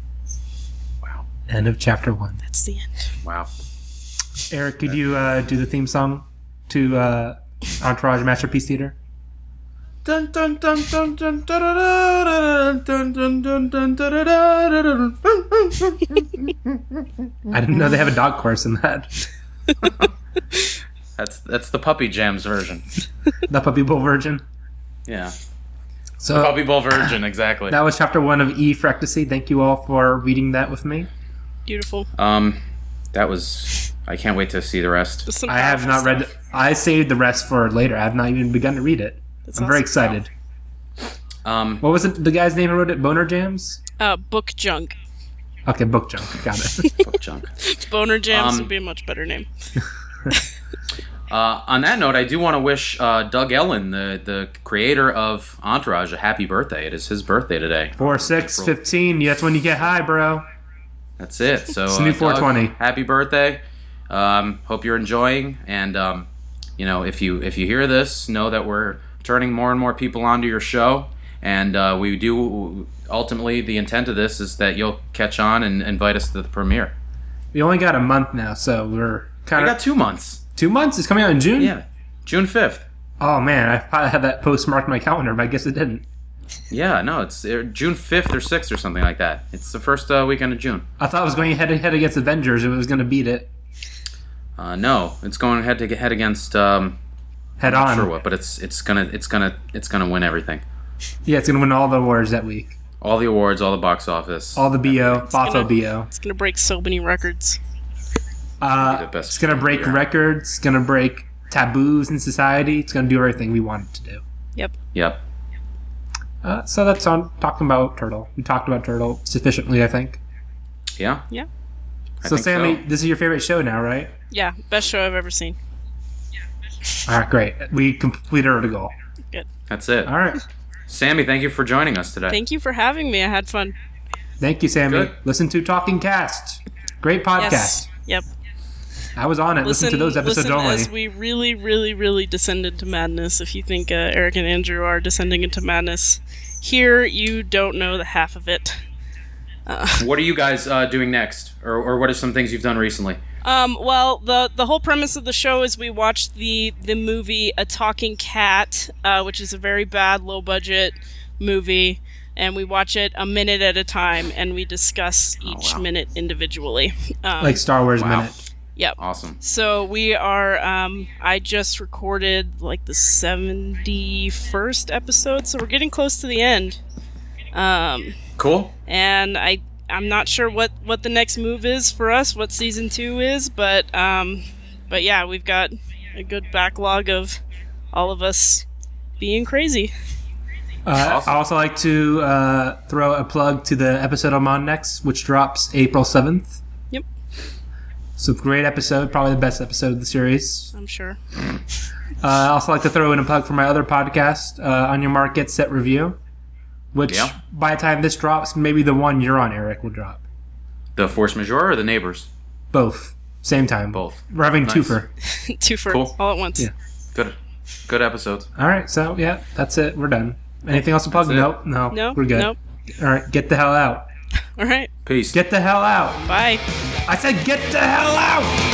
[SPEAKER 1] End of chapter one.
[SPEAKER 3] That's the end.
[SPEAKER 2] Wow.
[SPEAKER 1] Eric, could you uh, do the theme song to uh, Entourage Masterpiece Theater?
[SPEAKER 2] Dun dun dun dun dun dun dun dun dun dun dun dun dun dun
[SPEAKER 1] I didn't know they have a dog chorus in that.
[SPEAKER 2] That's that's the Puppy Jams version.
[SPEAKER 1] the Puppy Bowl Virgin.
[SPEAKER 2] Yeah.
[SPEAKER 1] So
[SPEAKER 2] Puppy Bowl version, exactly.
[SPEAKER 1] that was chapter one of E Frectacy. Thank you all for reading that with me.
[SPEAKER 3] Beautiful.
[SPEAKER 1] Uh,
[SPEAKER 2] Um that was I can't wait to see the rest.
[SPEAKER 3] There's some
[SPEAKER 1] I have not read. I saved the rest for later. I have not even begun to read it.
[SPEAKER 3] That's
[SPEAKER 1] I'm very
[SPEAKER 3] awesome.
[SPEAKER 1] excited.
[SPEAKER 2] Um
[SPEAKER 1] What was it? The guy's name who wrote it? Boner Jams.
[SPEAKER 3] Uh, book junk.
[SPEAKER 1] Okay, book junk. Got it.
[SPEAKER 2] book junk.
[SPEAKER 3] Boner jams
[SPEAKER 2] Um,
[SPEAKER 3] would be a much better name.
[SPEAKER 2] Uh, on that note, I do want to wish uh, Doug Ellen, the, the creator of Entourage, a happy birthday. It is his birthday today.
[SPEAKER 1] Four, six, fifteen. That's when you get high, bro.
[SPEAKER 2] That's it. So
[SPEAKER 1] new
[SPEAKER 2] uh, Doug,
[SPEAKER 1] 420.
[SPEAKER 2] happy birthday. Um, hope you're enjoying, and um, you know if you if you hear this, know that we're turning more and more people onto your show, and uh, we do. Ultimately, the intent of this is that you'll catch on and invite us to the premiere.
[SPEAKER 1] We only got a month now, so we're
[SPEAKER 2] I
[SPEAKER 1] kind of
[SPEAKER 2] got two months.
[SPEAKER 1] two months. It's coming out in June.
[SPEAKER 2] Yeah, June fifth.
[SPEAKER 1] Oh man, I probably had that postmarked on my calendar, but I guess it didn't.
[SPEAKER 2] Yeah, no, it's uh, June fifth or sixth or something like that. It's the first uh, weekend of June.
[SPEAKER 1] I thought I was going head to head against Avengers. If it was going to beat it
[SPEAKER 2] Uh, no, it's going head to head against um,
[SPEAKER 1] head
[SPEAKER 2] not
[SPEAKER 1] on.
[SPEAKER 2] sure what, but it's it's gonna it's gonna it's gonna win everything.
[SPEAKER 1] Yeah, it's going to win all the awards that week.
[SPEAKER 2] All the awards, all the box office,
[SPEAKER 1] All the bo, boffo
[SPEAKER 3] gonna-
[SPEAKER 1] bo.
[SPEAKER 3] It's gonna break so many records.
[SPEAKER 1] Uh,
[SPEAKER 2] the best
[SPEAKER 1] it's gonna
[SPEAKER 2] film of
[SPEAKER 1] break
[SPEAKER 2] the year.
[SPEAKER 1] records. It's gonna break taboos in society. It's gonna do everything we want it to do.
[SPEAKER 3] Yep.
[SPEAKER 2] Yep.
[SPEAKER 1] Uh, so that's on talking about turtle. We talked about turtle sufficiently, I think.
[SPEAKER 2] Yeah.
[SPEAKER 3] Yeah.
[SPEAKER 2] I
[SPEAKER 1] so
[SPEAKER 2] think
[SPEAKER 1] Sammy,
[SPEAKER 2] so.
[SPEAKER 1] this is your favorite show now, right?
[SPEAKER 3] Yeah, best show I've ever seen.
[SPEAKER 1] All right, great. We completed our goal.
[SPEAKER 2] that's it.
[SPEAKER 1] All right.
[SPEAKER 2] Sammy, thank you for joining us today.
[SPEAKER 3] Thank you for having me. I had fun.
[SPEAKER 1] Thank you, Sammy.
[SPEAKER 2] Good.
[SPEAKER 1] Listen to Talking Cast. Great podcast.
[SPEAKER 3] Yes. Yep.
[SPEAKER 1] I was on it. Listen, to those episodes
[SPEAKER 3] listen
[SPEAKER 1] only.
[SPEAKER 3] As we really, really, really descended to madness. If you think uh, Eric and Andrew are descending into madness, here you don't know the half of it.
[SPEAKER 2] What are you guys uh, doing next, or, or what are some things you've done recently?
[SPEAKER 3] Um, well, the the whole premise of the show is we watched the the movie A Talking Cat, uh, which is a very bad, low budget movie, and we watch it a minute at a time, and we discuss
[SPEAKER 1] Oh,
[SPEAKER 3] each minute individually. Um,
[SPEAKER 1] like Star Wars
[SPEAKER 2] Wow.
[SPEAKER 1] Minute.
[SPEAKER 3] yep.
[SPEAKER 2] Awesome.
[SPEAKER 3] So we are. Um, I just recorded like the seventy-first episode, so we're getting close to the end. Um,
[SPEAKER 2] Cool.
[SPEAKER 3] and I, I'm not sure what what the next move is for us, what season two is, but um, but yeah, we've got a good backlog of all of us being crazy.
[SPEAKER 1] Uh,
[SPEAKER 2] Awesome.
[SPEAKER 1] I also like to uh, throw a plug to the episode I'm on next, which drops April 7th.
[SPEAKER 3] Yep.
[SPEAKER 1] So great episode, probably the best episode of the series.
[SPEAKER 3] I'm sure.
[SPEAKER 1] Uh, I also like to throw in a plug for my other podcast, uh, On Your Mark, Get Set Review, which
[SPEAKER 2] Yeah.
[SPEAKER 1] by the time this drops, maybe the one you're on, Eric, will drop.
[SPEAKER 2] The force majeure or the neighbors?
[SPEAKER 1] Both. Same time.
[SPEAKER 2] Both.
[SPEAKER 1] We're having
[SPEAKER 2] Nice.
[SPEAKER 1] twofer.
[SPEAKER 3] two for
[SPEAKER 2] Cool.
[SPEAKER 3] all at once.
[SPEAKER 1] Yeah.
[SPEAKER 2] Good. Good episodes.
[SPEAKER 1] All right, so yeah, that's it. We're done. Anything else to plug?
[SPEAKER 2] That's it.
[SPEAKER 1] Nope, no,
[SPEAKER 3] No.
[SPEAKER 1] we're good.
[SPEAKER 3] Nope.
[SPEAKER 1] All right, get the hell out.
[SPEAKER 3] All right.
[SPEAKER 2] Peace.
[SPEAKER 1] Get the hell out.
[SPEAKER 3] Bye.
[SPEAKER 1] I said, get the hell out.